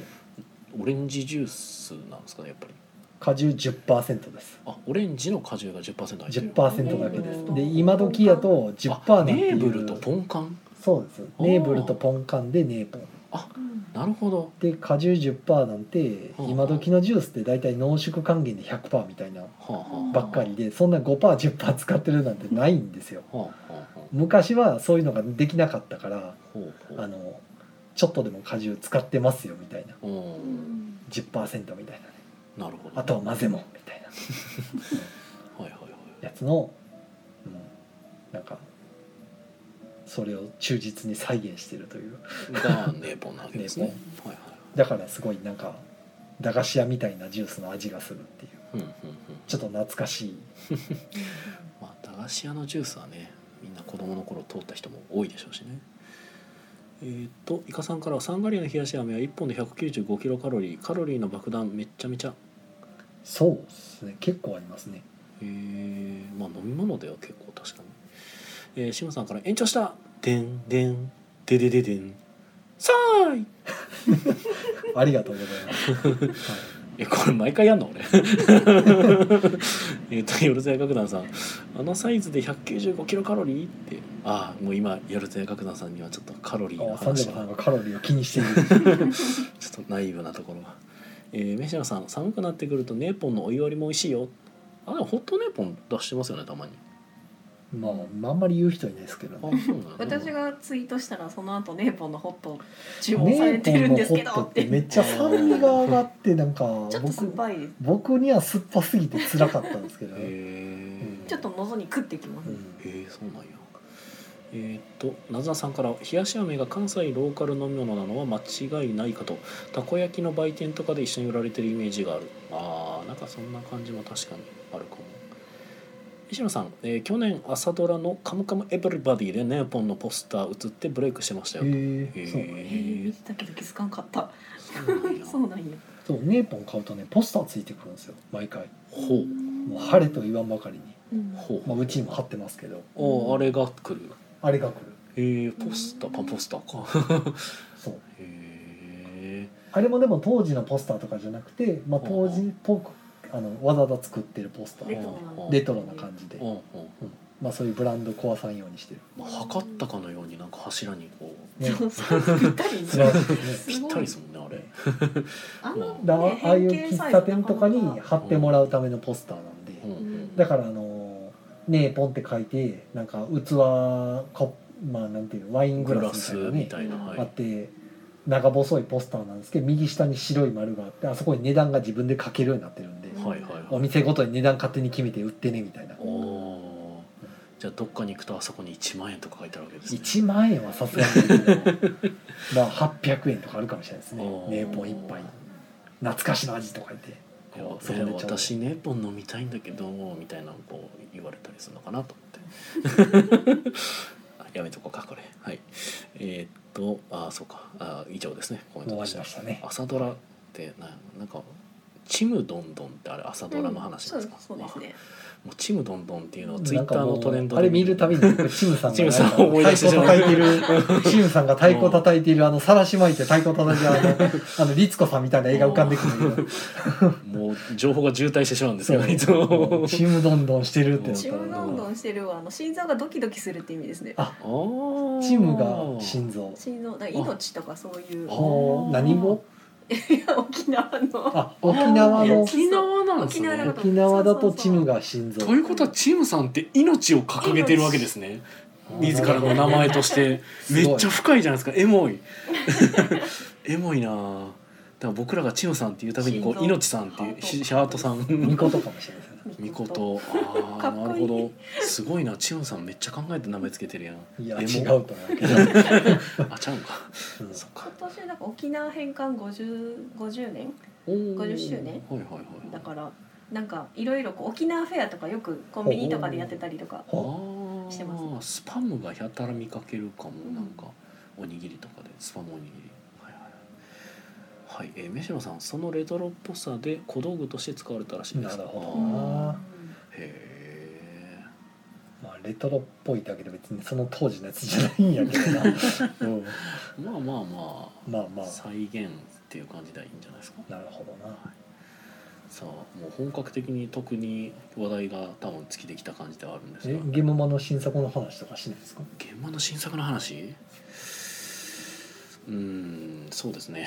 オレンジジュースなんですかねやっぱり果汁10%ですあオレンジの果汁が10%入ってる10%だけですで今時やと10%あなんてネいーうブルとポンカンそうですネーブルとポンカンでネーポンなるほどで果汁10%なんてはあ今時のジュースって大体濃縮還元で100%みたいなはあはばっかりでそんな 5%10% 使ってるなんてないんですよあはあはあはあ昔はそういうのができなかったからほうほうあのちょっとでも果汁使ってますよみたいなうん10%みたいなねなるほどあとは混ぜもんみたいなはいはいはいやつの、うん、なんかそれを忠実に再現してるというがネーポンなわけですね。はいはだからすごいなんか駄菓子屋みたいなジュースの味がするっていうい。うんうんうん。ちょっと懐かしいまあ駄菓子屋のジュースはね、みんな子供の頃通った人も多いでしょうしね。えーっとイカさんからはサンガリアの冷やし飴は1本で195キロカロリー、カロリーの爆弾めっちゃめちゃ。そうですね結構ありますねえー、まあ飲み物では結構確かに。えー、シムさんから延長した。でんでんででででん。さーい。ありがとうございます、はいえこれ毎回やんの俺 <laughs> えっとよるぜや楽団さんあのサイズで195キロカロリーってああもう今よるぜや楽団さんにはちょっとカロリーのあサンデ話バがさんがカロリーを気にしている <laughs> ちょっとナイーブなところが、えー、飯野さん寒くなってくるとネーポンのお湯割りも美味しいよあでもホットネーポン出してますよねたまにまあ、まあ、あんまり言う人いないですけどあねそう <laughs> なんだ私がツイートしたらその後ネーポンのホットネ注文されてるんですけどーポンのホッっトっててめっちゃ酸味が上がってなんかちょっと酸っ僕ぱいです僕には酸っぱすぎて辛かったんですけど、へえちょっと喉に食ってきまうす、んえー、そうなんやえーっとなずなさんから「冷やし飴が関西ローカル飲み物なのは間違いないかとたこ焼きの売店とかで一緒に売られてるイメージがある」あーなんかそんな感じも確かにあるかも石野さん、えー去年朝ドラの「カムカムエヴリバディ」でネーポンのポスター写ってブレイクしてましたよ、へへえーそうねえー、見てたけど気づかん <laughs> かったそうなんやそうなんやそうネーポン買うとねポスターついてくるんですよ毎回ほうもう晴れと言わんばかりに、うんほうまあ、うちにも貼ってますけどおーあれが来るあれが来るえー、ポスターパンポスターかそうへえあれもでも当時のポスターとかじゃなくて、まあ、当時ぽあのわざわざ作ってるポスタレートロなレトロな感じでうん、うんまあ、そういうブランド壊さんようにしてるまあ、測ったかのようになんか柱にこうねそうそうぴったり素 <laughs> 晴らしいね <laughs> すぴっごいたりですもんねあれあのだあねあいう変形サ喫イズ茶店とかになな貼ってもらうためのポスターなんで、うんうんだからあのーねえポンって書いてなんか器コまあなんていうのワインググララススみたいなみたいな、ねはあっい、て長細いポスターなんですけど右下に白い丸があってあそこに値段が自分で書けるようになってるんで、うんはいはいおはい店ごとに値段勝手に決めて売ってねみたいなおおーじゃあどっかに行くとあそこに1万円とか書いてあるわけですね1万円はさすがにないけどまあ800円とかあるかもしれないですねおーねえポン一杯懐かしの味とか言っていやこうそれそこでちょうど私ネーポン飲みたいんだけどみたいなのこう言われたりするのかなと思っ <laughs> てあやめとこうかこれはいえーっとあそうかあ以上ですねコメン終トわでりしたましたね朝ドラってななんか「ちむどんどん」ってあれ朝ドラの話なんですか、うんそうそうですねもうちむどんどんっていうのをツイなッんタかーものトレンうドあれ見るたびに僕チムさんチがムさんなんか思い太出してし鼓まう叩いてるチムさんが太鼓叩いているあのさらし巻いて太鼓叩いてるあの <laughs> あの律子さんみたいな映画浮かんでくるんだけどもう情報が渋滞してしまうんですよいつそも <laughs> う。チムどんどんしてるってなっチたーらムどんどんしてるわあの心臓がドキドキするって意味ですねああーチムが心臓心臓だから命とかそういうあほう何語いや <laughs> 沖縄のあ沖縄あーの沖縄なんですね沖縄のこと沖縄だとチムが心臓ということはチムさんって命を掲げてるわけですね自らの名前としてすごめいっちゃ深いじゃないですかエモい <laughs> エモいなあだから僕らがチムさんっていうたびにこう心臓命さんっていうハートひハートさ <laughs> 見ん事かもしれないですねみことあかあっこいいなるほどすごいなチムさんめっちゃ考えて名前つけてるやんいやエモ違うと思うけど、うんあちゃうんかそっか今年なんか沖縄返還 50, 50年おー50周年はいはいはいだからなんかいろいろこう沖縄フェアとかよくコンビニとかでやってたりとかあほーしてまスパムがやたら見かけるかもなんかおにぎりとかでスパムおにぎりはいはいはい、はいえー、飯野さんそのレトロっぽさで小道具として使われたらしいですなるほどあーあへまあ、レトロっぽいだけで別にその当時のやつじゃないんやけどな、うん、えまあまあままああまあ再現っていう感じではいいんじゃないですかなるほどなさあもう本格的に特に話題が多分尽きてきた感じではあるんですえがゲームマの新作の話とかしないですか現場の新作の話うーんんそうですね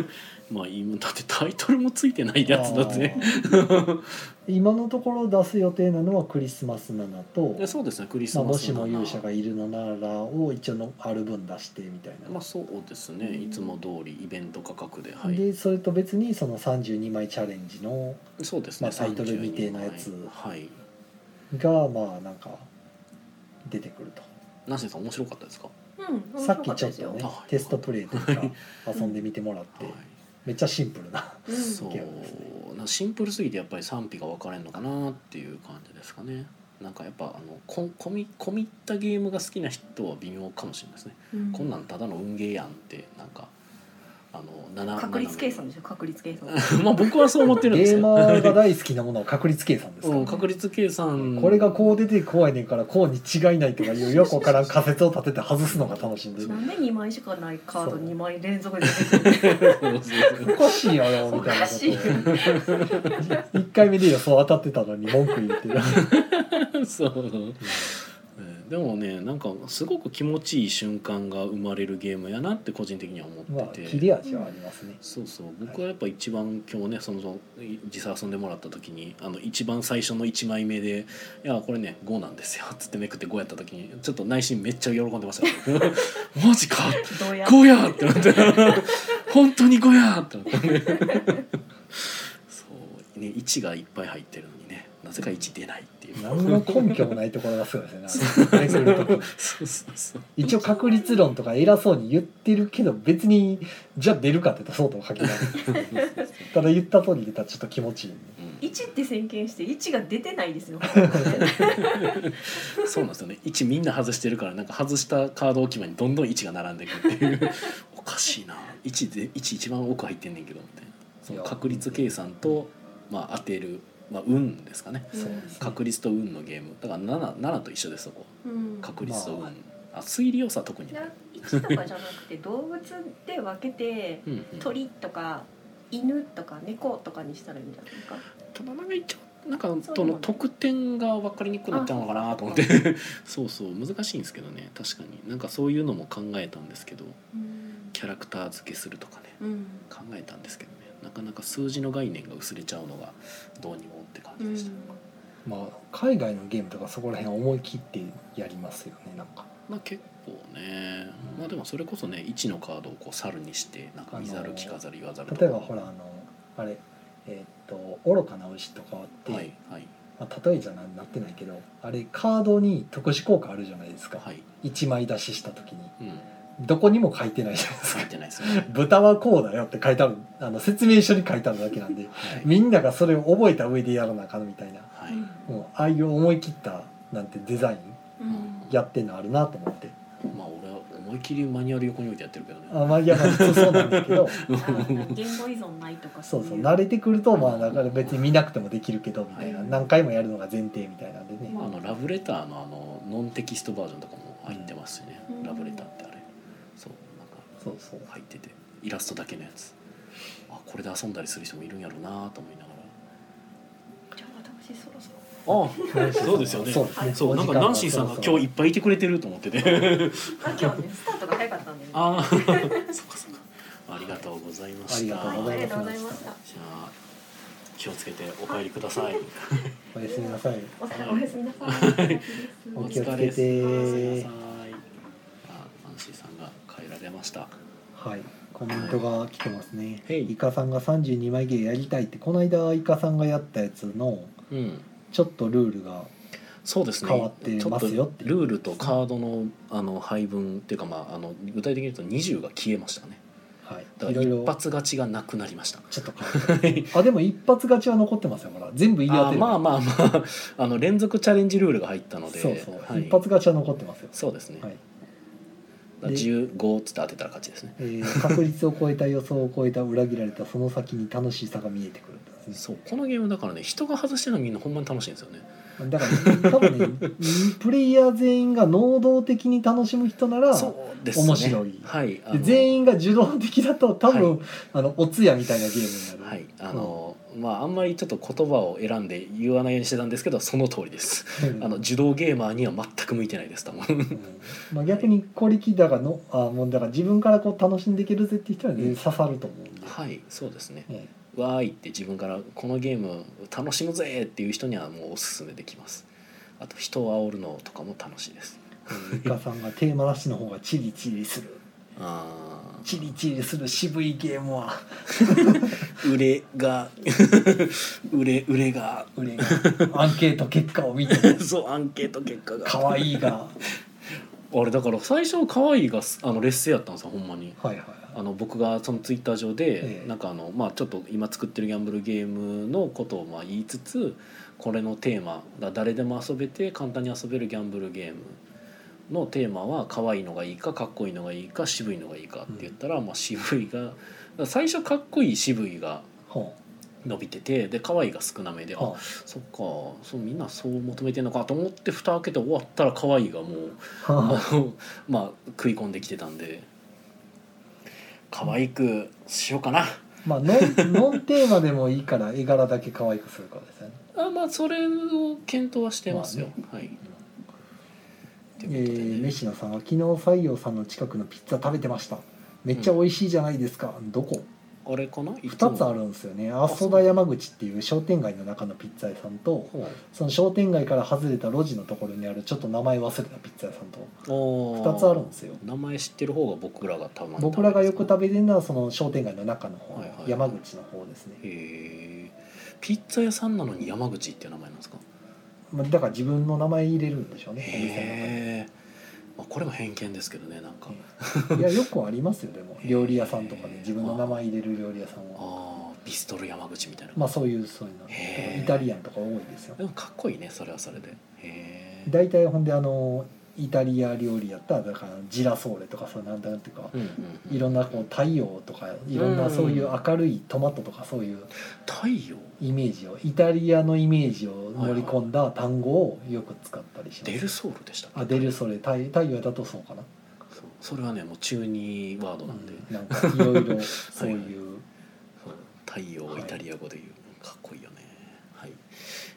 <laughs> まあ今だってタイトルもついてないやつだぜ今のところ出す予定なのはクリスマス7とでそうですねクリスまあ、マもスしだなも勇者がいるのならを一応のある分出してみたいな、まあそうですねいつも通りイベント価格ではいでそれと別にその32枚チャレンジのそうですね、まあタイトル未定のやつ32はいがまあなんか出てくると、ナンセンさん面白かったですか、うん、面さ白っかきたちょっでとすよねはいテストプレイとか遊んでみてもらって、はいめっちゃシンプルなうんそうゲームですねなシンプルすぎてやっぱり賛否が分かれるのかなっていう感じですかねなんかやっぱあのこ込み込み入ったゲームが好きな人は微妙かもしれないですね、うんこんなんただの運ゲーやんってなんかあの七確率計算でしょ確率計算七まあ僕はそう思ってゲるんですーよマーが大好きなものは確率計算ですから <laughs> うん、ね、確率計算これがこう出て怖いねんからこうに違いないとかいうよくわからん仮説を立てて外すのが楽しいんでなんで2枚しかないカードそう2枚連続で出てくるおかしいやろみたいなことを1回目で予想当たってたのに文句言ってるそうえーでもねなんかすごく気持ちいい瞬間が生まれるゲームやなって個人的には思まあってて、切れ味はあります <laughs> ねそうそう僕はやっぱ一番今日ねそのその実際遊んでもらった時にあの一番最初の1枚目で「いやこれね5なんですよ」っつってめくって5やった時にちょっと内心めっちゃ喜んでましたよ <laughs> マジかどうや5やってなって本当に5やってなってねそうね1がいっぱい入ってるのにねなぜか1出ないっていう何の根拠もないところがすごいですよねあれこれ来る <laughs> 時にそうそうそう一応確率論とか偉そうに言ってるけど別にじゃあ出るかって言ったらそうとも限らない <laughs> ただ言った通り出たらちょっと気持ちいいうん1って宣言して1が出てないですよそうなんですよね1みんな外してるからなんか外したカード置き場にどんどん1が並んでいくっていうおかしいな1で1一番奥入ってんねんけどみたいなその確率計算と、まあ、当てる、まあ、運ですかねそうですね確率と運のゲームだから 7, 7と一緒ですそこうん確率と運、まあ、推理要素は特にな1とかじゃなくて動物で分けてうんうん鳥とか犬とか猫とかにしたらいいんじゃないですかただなんか一応なんかそうそでものない得点が分かりにくくなっちゃうのかなと思ってあ <laughs> そそうそう難しいんですけどね確かになんかそういうのも考えたんですけどうんキャラクター付けするとかねうん考えたんですけどねなかなか数字の概念が薄れちゃうのがどうにもって感じでした、まあ海外のゲームとかそこら辺思い切ってやりますよねなんかまあ結構ねまあでもそれこそね1のカードをこう猿にしてなんか見ざあるのー聞かざる言わざるとか例えばほらあのあれえーっと「愚かな牛」とかって、はいはいまあ、例えじゃななってないけどあれカードに特殊効果あるじゃないですか、はい一枚出しした時にうんどこにも書いてないじゃないです書いかてないですよ <laughs> ね豚はこうだよって書いてあるあの説明書に書いてあるだけなんではい、みんながそれを覚えた上でやらなあかんみたいなはういんもうああいう思い切ったなんてデザインうんやってんのあるなと思ってまあ俺は思い切りマニュアル横に置いてやってるけどねあまあいやまあ普通そうなんだ <laughs> けどあー言語依存ないとかそうそうい慣れてくるとまあだから別に見なくてもできるけどみたいなはい何回もやるのが前提みたいなんでねまあ、あのラブレターのあのノンテキストバージョンとかも入ってますしね、うんラブレターってあれそうなんかそうそう入っててイラストだけのやつあこれで遊んだりする人もいるんやろうなと思いながじゃあ私そろそろらあそうですよねそうですねそうなんかナンシーさんが今日いっぱいいてくれてると思っててあ今日ねスタートが早かったんでねあ <laughs> あそっかそっかありがとうございましたありがとうございますはいありがとうございましたじゃあ気をつけてお帰りくださいおやすみなさいお疲れおやすみなさいお疲れ様ですお気をつ疲けてれっすおやすみなさいあナンシーさんが帰られましたはいコメントが来てますねはいイカさんが32枚ゲーやりたいってこの間イカさんがやったやつのうんちょっとルールがそうですね変わってますよってちょっとルールとカードのあの配分っていうか、まあ、あの具体的に言うと20が消えましたねはいだいかろらいろ一発勝ちがなくなりましたちょっと変わったあでも一発勝ちは残ってますよほら全部言い当あてーるまあまあまあ <laughs> あの連続チャレンジルールが入ったのでそうそう、はい、一発勝ちは残ってますよそうですね、はいだからで15っつって当てたら勝ちですねえー確率を超えた予想を超えた裏切られたその先に楽しさが見えてくるんですねそうこのゲームだからね人が外してるのみんなほんまに楽しいんですよねだから多分ね <laughs> プレイヤー全員が能動的に楽しむ人ならそうですね面白いはいあでの全員が受動的だと多は分、あのお通夜みたいなゲームになはる、いあの、まああんまりちょっと言葉を選んで言わないようにしてたんですけどその通りですうんあの受動ゲーマーには全く向いてないです多分うんまあ、逆に「小力だがの」あもうだから自分からこう楽しんでいけるぜって人は、ねうん刺さると思うんで、はいそうですねえわーいって自分からこのゲーム楽しむぜっていう人にはもうおすすめできますあと人を煽るのとかも楽しいですえ、イカさんがテーマなしの方がチリチリするあーチリチリする渋いゲームは売れが <laughs> 売れ売れが俺がアンケート結果を見てもそうアンケート結果が可愛いがあれだから最初可愛いがあの劣勢やったんですよほんまにはいはいあの僕がそのツイッター上えでえなんかあのまあちょっと今作ってるギャンブルゲームのことをまあ言いつつこれのテーマだ誰でも遊べて簡単に遊べるギャンブルゲームのテーマは可愛いのがいいかかっこいいのがいいか渋いのがいいかって言ったらまあ渋いがだから最初かっこいい渋いがほ伸びててで可愛いが少なめでうあほそっかそうみんなそう求めてんのかと思って蓋開けて終わったら可愛いがもううあの <laughs> まあ食い込んできてたんで可愛くしようかな <laughs> まあノンノンテーマでもいいから絵柄だけ可愛くするからですよねあまあそれを検討はしてますよ、はいとえいうことでー、ねメシナさんは昨日採用さんの近くのピッツァ食べてましためっちゃ美味しいじゃないですか、どこあれかな2つあるるんですよね阿蘇田山口っていう商店街の中のピッツァ屋さんとその商店街から外れた路地のところにあるちょっと名前忘れたピッツァ屋さんと2 2つあるんですよ名前知ってる方が僕らがたまに僕らがよく食べてるのはその商店街の中の方、はいはい山口の方ですべね、へえピッツァ屋さんなのに山口っていう名前なんですかまあ、だから自分の名前入れるんでしょうねお店へえ、まあ、これも偏見ですけどねなんか、の <laughs> 中にいやよくありますよでもへー料理屋さんとかで自分の名前入れる料理屋さんはああビストル山口みたいな、まあそういうそういうのへーイタリアンとか多いですよでもかっこいいねそれはそれでへえ、大体ほんであのイタリア料理やったらだからジラソーレとかそうなんだっていうかうんうんうん、いろんなこう太陽とかいろんなそういう明るいトマトとかそういう太陽イメージをイタリアのイメージを盛り込んだ単語をよく使ったりします、デルソウルでしたっけあデルソレ太太陽だとそうかな、そうそれはねもう中二ワードなんで、うんなんかいろいろそう <laughs> いうそう太陽をはいイタリア語で言う、かっこいいよねはい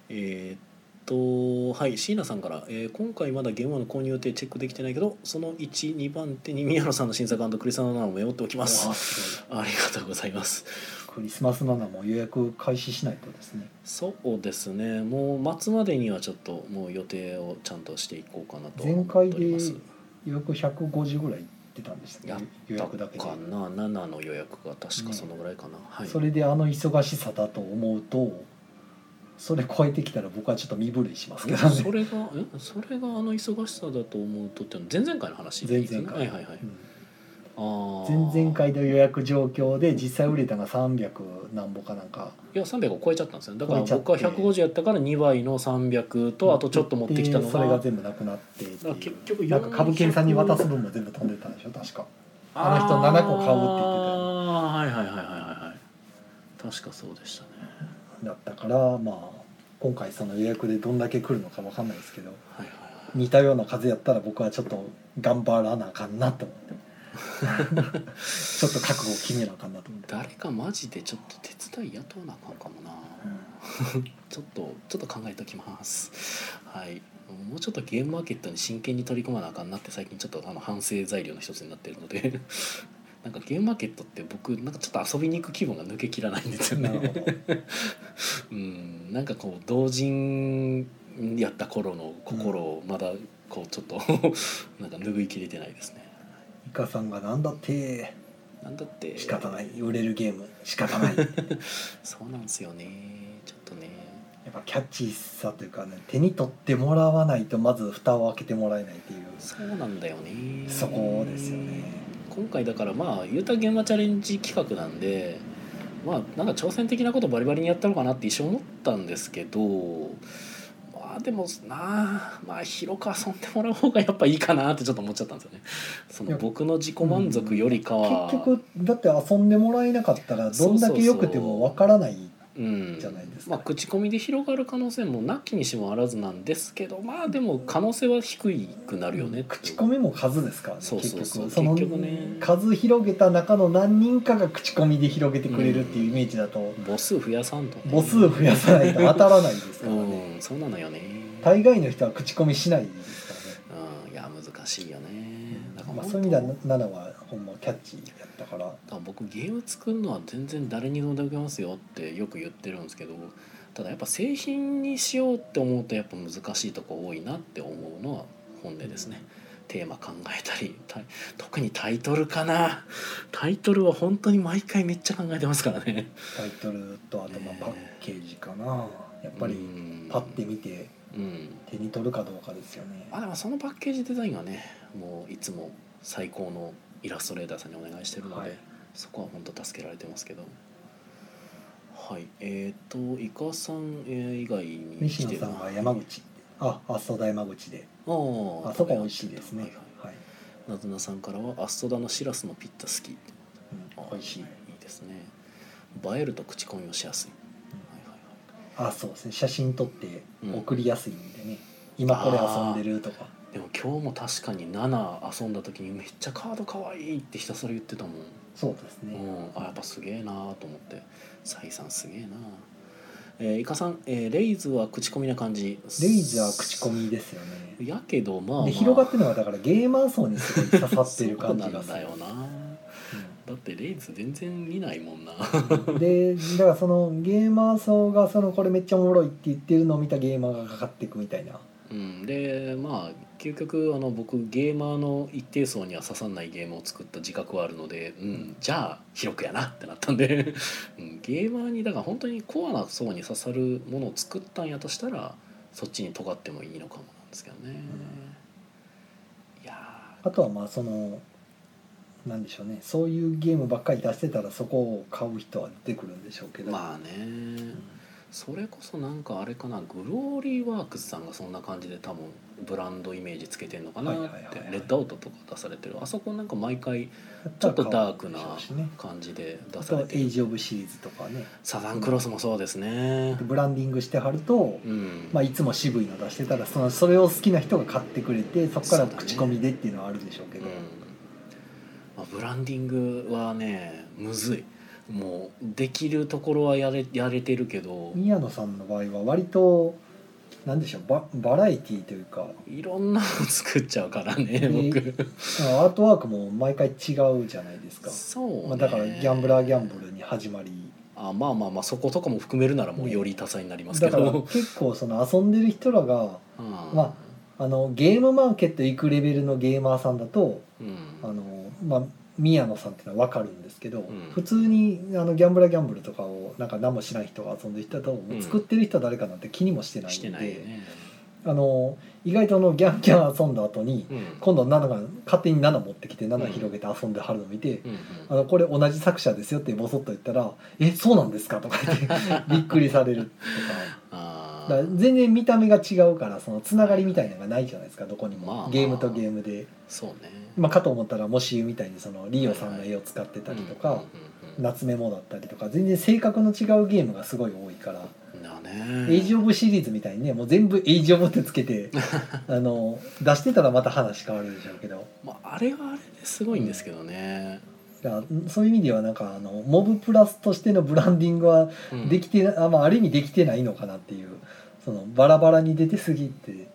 えーっとはい椎名さんから、えー今回まだゲームの購入予定チェックできてないけどその12番手に宮野さんの新作クリスナナナをメモっておきわまあすすごいありがとうございますクリスマスなのも予約開始しないとですねそうですねもう末までにはちょっともう予定をちゃんとしていこうかなと前思っ回ておりでます予約150ぐらい行ってたんでしたやっっけ予約だけでかな7の予約が確かそのぐらいかな、はいそれであの忙しさだと思うとそれ超えてきたら僕はちょっと身震いしますけど <laughs> そね、れがえそれがあの忙しさだと思うとっていうの前々回の話前で々すね回はいはいはい、うんああ前々回の予約状況で実際売れたのが300何本かなんかいや300を超えちゃったんですよだから超えちゃって僕は150やったから2倍の300とあとちょっと持ってきたのでそれがが全部なくなってっていだからう結局なんか株券さんに渡す分も全部飛んでたんでしょ確かあの人7個買うって言ってたああはいはいはいはいはいはい確かそうでしたねだったからまあ今回その予約でどんだけ来るのかわかんないですけどはいはい似たような数やったら僕はちょっと頑張らなあかんなと思って <laughs> ちょっと覚悟を決めなあかんなと思って。誰かマジでちょっと手伝い雇わなあかんかもな、ちょっとちょっと考えときます。はい。もうちょっとゲームマーケットに真剣に取り組まなあかんなって最近ちょっとあの反省材料の一つになってるので <laughs> なんかゲームマーケットって僕なんかちょっと遊びに行く気分が抜けきらないんですよなるほね。どうんなんかこう同人やった頃の心をまだこうちょっと <laughs> なんか拭いきれてないですね。イカさんがなんだってなんだって仕方ない売れるゲーム仕方ないやっそうなんですよね。ちょっとね。ぱキャッチーさというかね手に取ってもらわないとまず蓋を開けてもらえないっていうそうなんだよね。そこですよね今回だからまあ言うたら現場チャレンジ企画なんでまあなんか挑戦的なことバリバリにやったのかなって一瞬思ったんですけどまあでもなあまあ広く遊んでもらう方がやっぱいいかなってちょっと思っちゃったんですよね。そいやの僕の自己満足よりかは結局だって遊んでもらえなかったらどんだけ良くてもわからないうんじゃないですかまあ、口コミで広がる可能性もなきにしもあらずなんですけどまあでも可能性は低くなるよねって口コミも数ですからねそうそうそう結局その結局ね数広げた中の何人かが口コミで広げてくれるっていうイメージだと、母数増やさんとね母数増やさないと当たらないですからね、うんそうなのよね大概の人は口コミしないですからねうんいや難しいよねだからまあ、本当そういう意味ではな7はほんまキャッチーやったかだらから僕ゲーム作るのは全然誰にでもできますよってよく言ってるんですけどただやっぱ製品にしようって思うとやっぱ難しいとこ多いなって思うのは本音ですね。テーマ考えたりタイ特にタイトルかなタイトルは本当に毎回めっちゃ考えてますからね。タイトルとあとまあパッケージかなやっぱりうんパッて見てうん手に取るかどうかですよねまあでもそのパッケージデザインはねもういつも最高のイラストレーターさんにお願いしてるので、はいそこは本当助けられてますけどはいえっ、とイカさんえー以外に西野さんあが山口ああそうだ山口であーあそこ美味しいですねはいはいはい、なずなさんからは「アストダのシラスのピッタ好き」うん、美味しいいいですね映えると口コミをしやすい、はいはいはいあそうですね写真撮ってうん送りやすいんでね、今これ遊んでるとかでも今日も確かに7遊んだ時にめっちゃカードかわいいってひたすら言ってたもんそうですね、うん、あやっぱすげえなと思ってサイさんすげえなえー、イカさん、えーレイズは口コミな感じレイズは口コミですよねやけどまあ、まあ、で広がってるのはだからゲーマー層にすごい刺さってる感じ <laughs> そうなんがするだよなだってレイズ全然見ないもんなうん <laughs> でだからそのゲーマー層がそのこれめっちゃおもろいって言ってるのを見たゲーマーがかかっていくみたいなうんでまあ究極あの僕ゲーマーの一定層には刺さんないゲームを作った自覚はあるので、うん、じゃあ広くやなってなったんで、 <laughs> うん、ゲーマーにだから本当にコアな層に刺さるものを作ったんやとしたらそっちに尖ってもいいのかもなんですけどね、いやあとはまあそのなんでしょうねそういうゲームばっかり出してたらそこを買う人は出てくるんでしょうけーど、まあねそれこそなんかあれかなグローリーワークスさんがそんな感じで多分ブランドイメージつけてんのかなって、はいはいはいはいレッドアウトとか出されてるあそこなんか毎回ちちょっとダークなね感じであ出さとれはてエイるジ・オブ・シリーズとかねサザンクロスもそうですねブランディングしてはると、うんまあ、いつも渋いの出してたらそのそれを好きな人が買ってくれてそこからそうだね口コミでっていうのはあるでしょうけうんど、まあ、ブランディングはねむずいもうできるところはやれやれてるけど宮野さんの場合は割となんでしょうババラエティーというかいろんなの作っちゃうからねね僕アートワークも毎回違うじゃないですか、そう、ねまあ、だからギャンブラーギャンブルに始まりあまあまあまあそことかも含めるならもうより多彩になりますけだから <laughs> ど、結構その遊んでる人らがうん、まあのゲームマーケット行くレベルのゲーマーさんだとうんあのまあ宮野さんっていうのは分かるんですけど、ん普通にあのギャンブラーギャンブルとかをなんか何もしない人が遊んでる人だと、ん作ってる人は誰かなんて気にもしてないしんてでないよね、あの意外とあのギャンギャン遊んだ後にうん今度7が勝手に7持ってきて7広げて遊んではるの見て、うんうんあのこれ同じ作者ですよってボソッと言ったら「えそうなんですか?」とか言って <laughs> びっくりされるとか。あだからー全然見た目が違うからそのつながりみたいなのがないじゃないですかどこにまあまもあゲームとゲームで、そうねまあ、かと思ったらもし言うみたいにそのリオさんの絵を使ってたりとうんかうんうん夏メモだったりとか全然性格の違うゲームがすごい多いからだねエイジ・オブシリーズみたいにねもう全部エイジ・オブってつけて <laughs> あの出してたらまた話変わるでしょうけどまあ、あれはあれですごいんですけどね、だからそういう意味ではなんかあのモブプラスとしてのブランディングはうんできてなあ,、まあ、ある意味できてないのかなっていうそのバラバラに出てすぎて。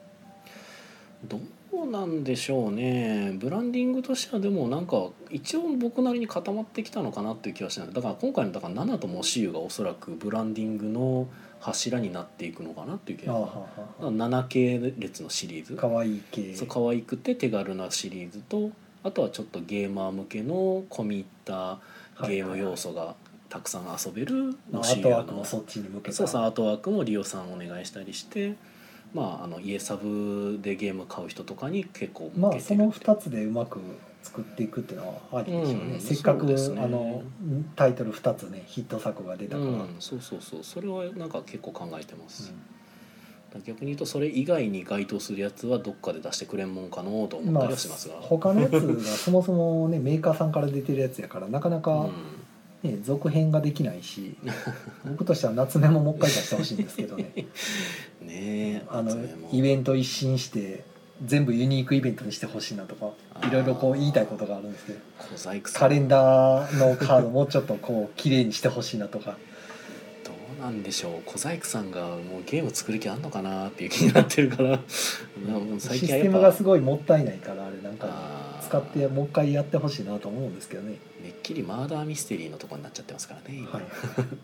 どうなんでしょうねブランディングとしてはでもなんか一応僕なりに固まってきたのかなっていう気はしないだから今回のだから7ともしゆがおそらくブランディングの柱になっていくのかなっていう気あがあはあは7系列のシリーズあ可愛い系そう可愛くて手軽なシリーズとあとはちょっとゲーマー向けの込み入ったゲーム要素がたくさん遊べるまあのアシリーーズトワークのもそっちに向けたそうそうアートワークもリオさんお願いしたりして、まあ、あの家サブでゲーム買う人とかに結構まあそのっていう2つでうまく作っていくっていうのはありでしょうね、うんせっかく、そうですねあのタイトル2つねヒット作が出たから、うん、そうそうそうそれはなんか結構考えてます、逆に言うとそれ以外に該当するやつはどっかで出してくれんもんかのとうん思っまたありはしますが、他のやつがそもそもねメーカーさんから出てるやつやからなかなかうんね、続編ができないし僕としては夏目ももう一回出してほしいんですけどねねえあの夏目もイベント一新して全部ユニークイベントにしてほしいなとかあーいろいろこう言いたいことがあるんですけど小細工さんカレンダーのカードもちょっとこう綺麗にしてほしいなとかどうなんでしょう小細工さんがもうゲーム作る気あんのかなっていう気になってるからもうシ最ス近はテやっムがぱすごいもったいないからあれなんかあー使ってもう一回やってほしいなと思うんですけどね。めっきりマーダーミステリーのとこになっちゃってますからね、 <laughs> はい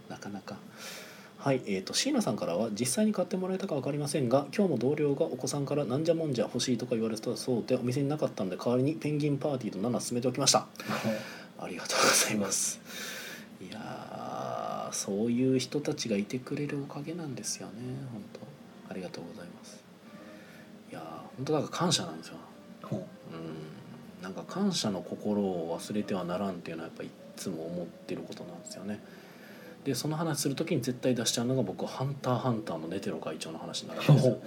なかなか。はい、えー、と椎名さんからは実際に買ってもらえたか分かりませんが今日も同僚がお子さんからなんじゃもんじゃ欲しいとか言われたそうでお店になかったので代わりにペンギンパーティーとナナ進めておきましたありがとうございますいやーそういう人たちがいてくれるおかげなんですよね本当ありがとうございますいやー本当だから感謝なんですよほううんなんか感謝の心を忘れてはならんっていうのはやっぱいっつも思ってることなんですよね。でその話する時に絶対出しちゃうのが僕は「ハンターハンター」のネテロ会長の話になるんですよほ。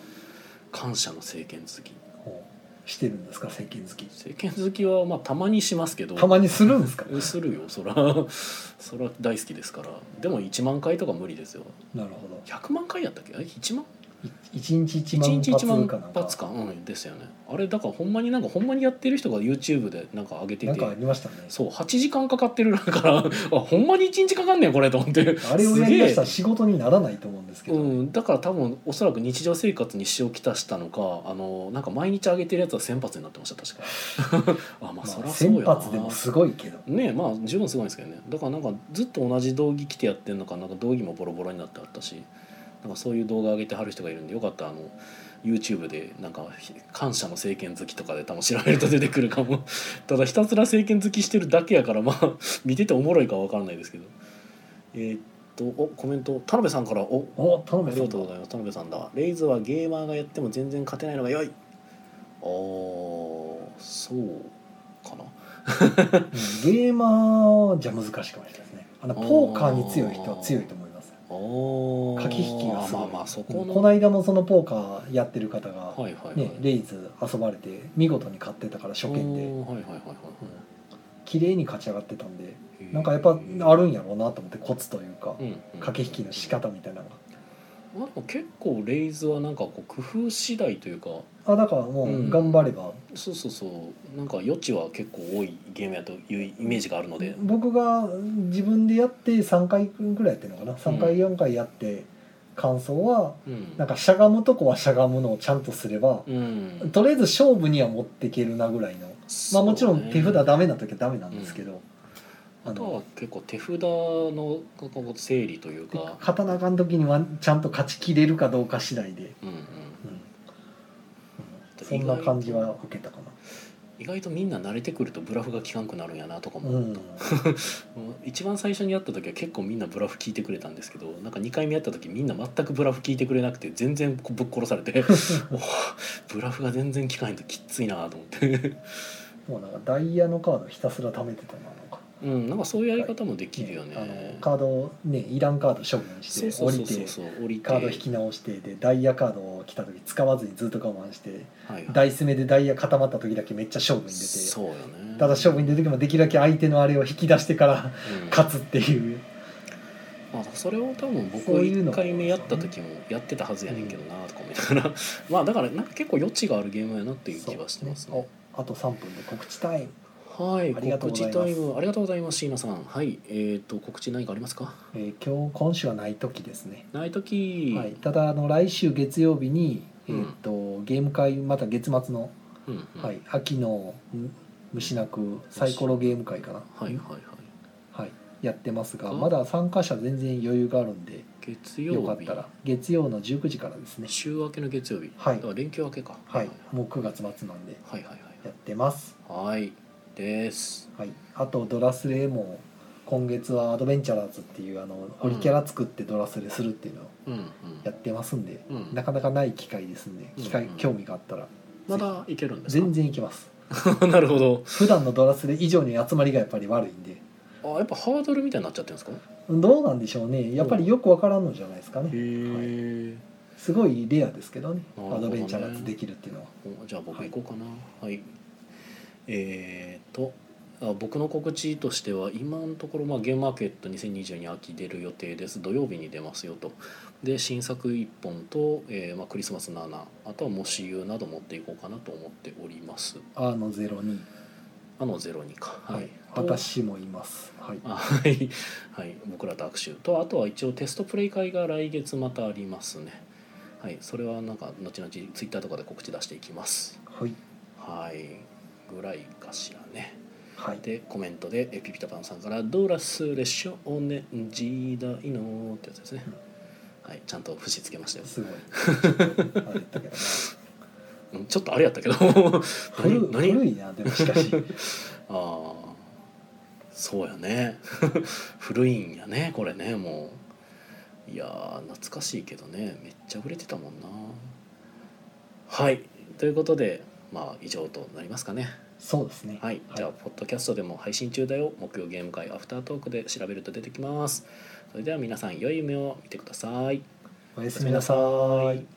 感謝の政権好きほうしてるんですか政権好き政権好きはまあたまにしますけどたまにするんですかするよそら <laughs> そら大好きですからでも1万回とか無理ですよなるほど100万回やったっけあれ1万い一日一一万日一万発かなんか発かうんですよねあれだからほんまになんかほんまにやってる人が YouTube でなんか上げててなんかありましたねそう8時間かかってるからあ <laughs> ほんまに1日かかんねんこれと思ってあれをやりだしすたら仕事にならないと思うんですけげえど、うん、だから多分おそらく日常生活に支障をきたしたのかあのなんか毎日上げてるやつは1,000発になってました確 <laughs> かあまあまあ、そりゃそうや先な発でもすごいけどねえまあ十分すごいんですけどねだからなんかずっと同じ道着着てやってんのかなんか道着もボロボロになってあったしなんかそういう動画上げてはる人がいるんでよかったらあの YouTube でなんか「感謝の政権好き」とかで多分調べると出てくるかも <laughs> ただひたすら政権好きしてるだけやからまあ <laughs> 見てておもろいかは分からないですけどえーっとおコメント田辺さんから「おおあ頼むりがとうございます田辺さんだレイズはゲーマーがやっても全然勝てないのが良いおーそうかなうんゲーマーじゃ難しいかもしれないですねあのポーカーに強い人は強いと思います駆駆け引きがすごいまあまあそこうんのこの間もそのポーカーやってる方が、はいはいはい、ね、レイズ遊ばれて見事に勝ってたから初見で、うんおーはいはいはいは綺麗に勝ち上がってたんでいはいなんかやっぱあるんやろうなと思ってコツというかうんうん駆け引きの仕方みたいなのがまあでも結構レイズはなんかこう工夫次第というかあだからもう頑張れば、そうそうそうなんか余地は結構多いゲームやというイメージがあるので、僕が自分でやって3回ぐらいやってるのかな3回4回やって感想はうん、なんかしゃがむとこはしゃがむのをちゃんとすればうんとりあえず勝負には持っていけるなぐらいのまあもちろん手札ダメな時はダメなんですけど、ああとはの結構手札のこう整理というか、勝たなあかん時にはちゃんと勝ちきれるかどうか次第で、うんうん、うんうんそんな感じは受けたかな。意外とみんな慣れてくるとブラフが効かんくなるんやなとかもう思っんた、もう一番最初にやった時は結構みんなブラフ聞いてくれたんですけどなんか2回目やった時みんな全くブラフ聞いてくれなくて全然ぶっ殺され <laughs> ておおブラフが全然聞かないときっついなと思ってもうなんかダイヤのカードひたすら貯めてたななんか、うんなんかそういうやり方もできるよね、ねあのカードをねいらんカード処分しそうてそう降そりうそうてそう降りてカード引き直してでダイヤカードを来た時使わずにずっと我慢してはいはいダイス目でダイヤ固まった時だけめっちゃ勝負に出てそうよねただ勝負に出る時もできるだけ相手のあれを引き出してからうん勝つっていうまあ、それを多分僕そうい1うの回目やった時もやってたはずやねんけどなとか思いながら <laughs> まあだからなんか結構余地があるゲームやなっていう気はしてますねそう。おあと3分で告知タイム、はい、ありがとう告ご知ざいますタイムありがとうございます椎名さんはいえっ、と告知何かありますかえー今日今週はない時ですね、ない時、はい、ただあの来週月曜日に、うんえー、とゲーム会また月末の、うんうん、ははいい、秋のん虫なくサイコロゲーム会かな、はいはいはい、やってますがうんまだ参加者全然余裕があるんで月よか曜っ日たら月曜の19時からですね週明けの月曜日、はいだから連休明けかはいもう9月末なんではいはいやってますはいはいですはい、あとドラスレも今月はアドベンチャラーズっていうあのオリキャラ作ってドラスレするっていうのをうんうんやってますんで、うんなかなかない機会ですんで機会、うん興味があったらまだいけるんですか全然いけます然 <laughs> なるほど普段のドラスレ以上に集まりがやっぱり悪いんであやっぱハードルみたいになっちゃってるんですかどうなんでしょうねやっぱりよくわからんのじゃないですかね、へえ、すごいレアですけどねなるほアどねドベンチャラーズできるっていうのはおじゃあ僕行こうかなはい、えー、とあ僕の告知としては今のところ、まあ、ゲームマーケット2022秋出る予定です土曜日に出ますよとで新作1本と、えーまあ、クリスマス7あとは「もし言う」など持っていこうかなと思っておりますあのゼロに、あの02かははいい、、私もいます。はい。あはい、はい、僕らと握手とあとは一応テストプレイ会が来月またありますねはいそれはなんか後々ツイッターとかで告知出していきますはい。はいぐらいかしらねはい。でコメントでえピピタパンさんから「ドラスレ少年時代の」ってやつですね、はいちゃんと節つけましたよ、<laughs> すごい。あれだけどなうん、ちょっとあれやったけど <laughs> 古何何古いなでもしかしああそうやね <laughs> 古いんやねこれねもういやー懐かしいけどねめっちゃ売れてたもんなはいということでまあ以上となりますかねそうですね。はい、じゃあポッドキャストでも配信中だよ木曜ゲーム会アフタートークで調べると出てきますそれでは皆さん良い夢を見てくださいおやすみなさーい。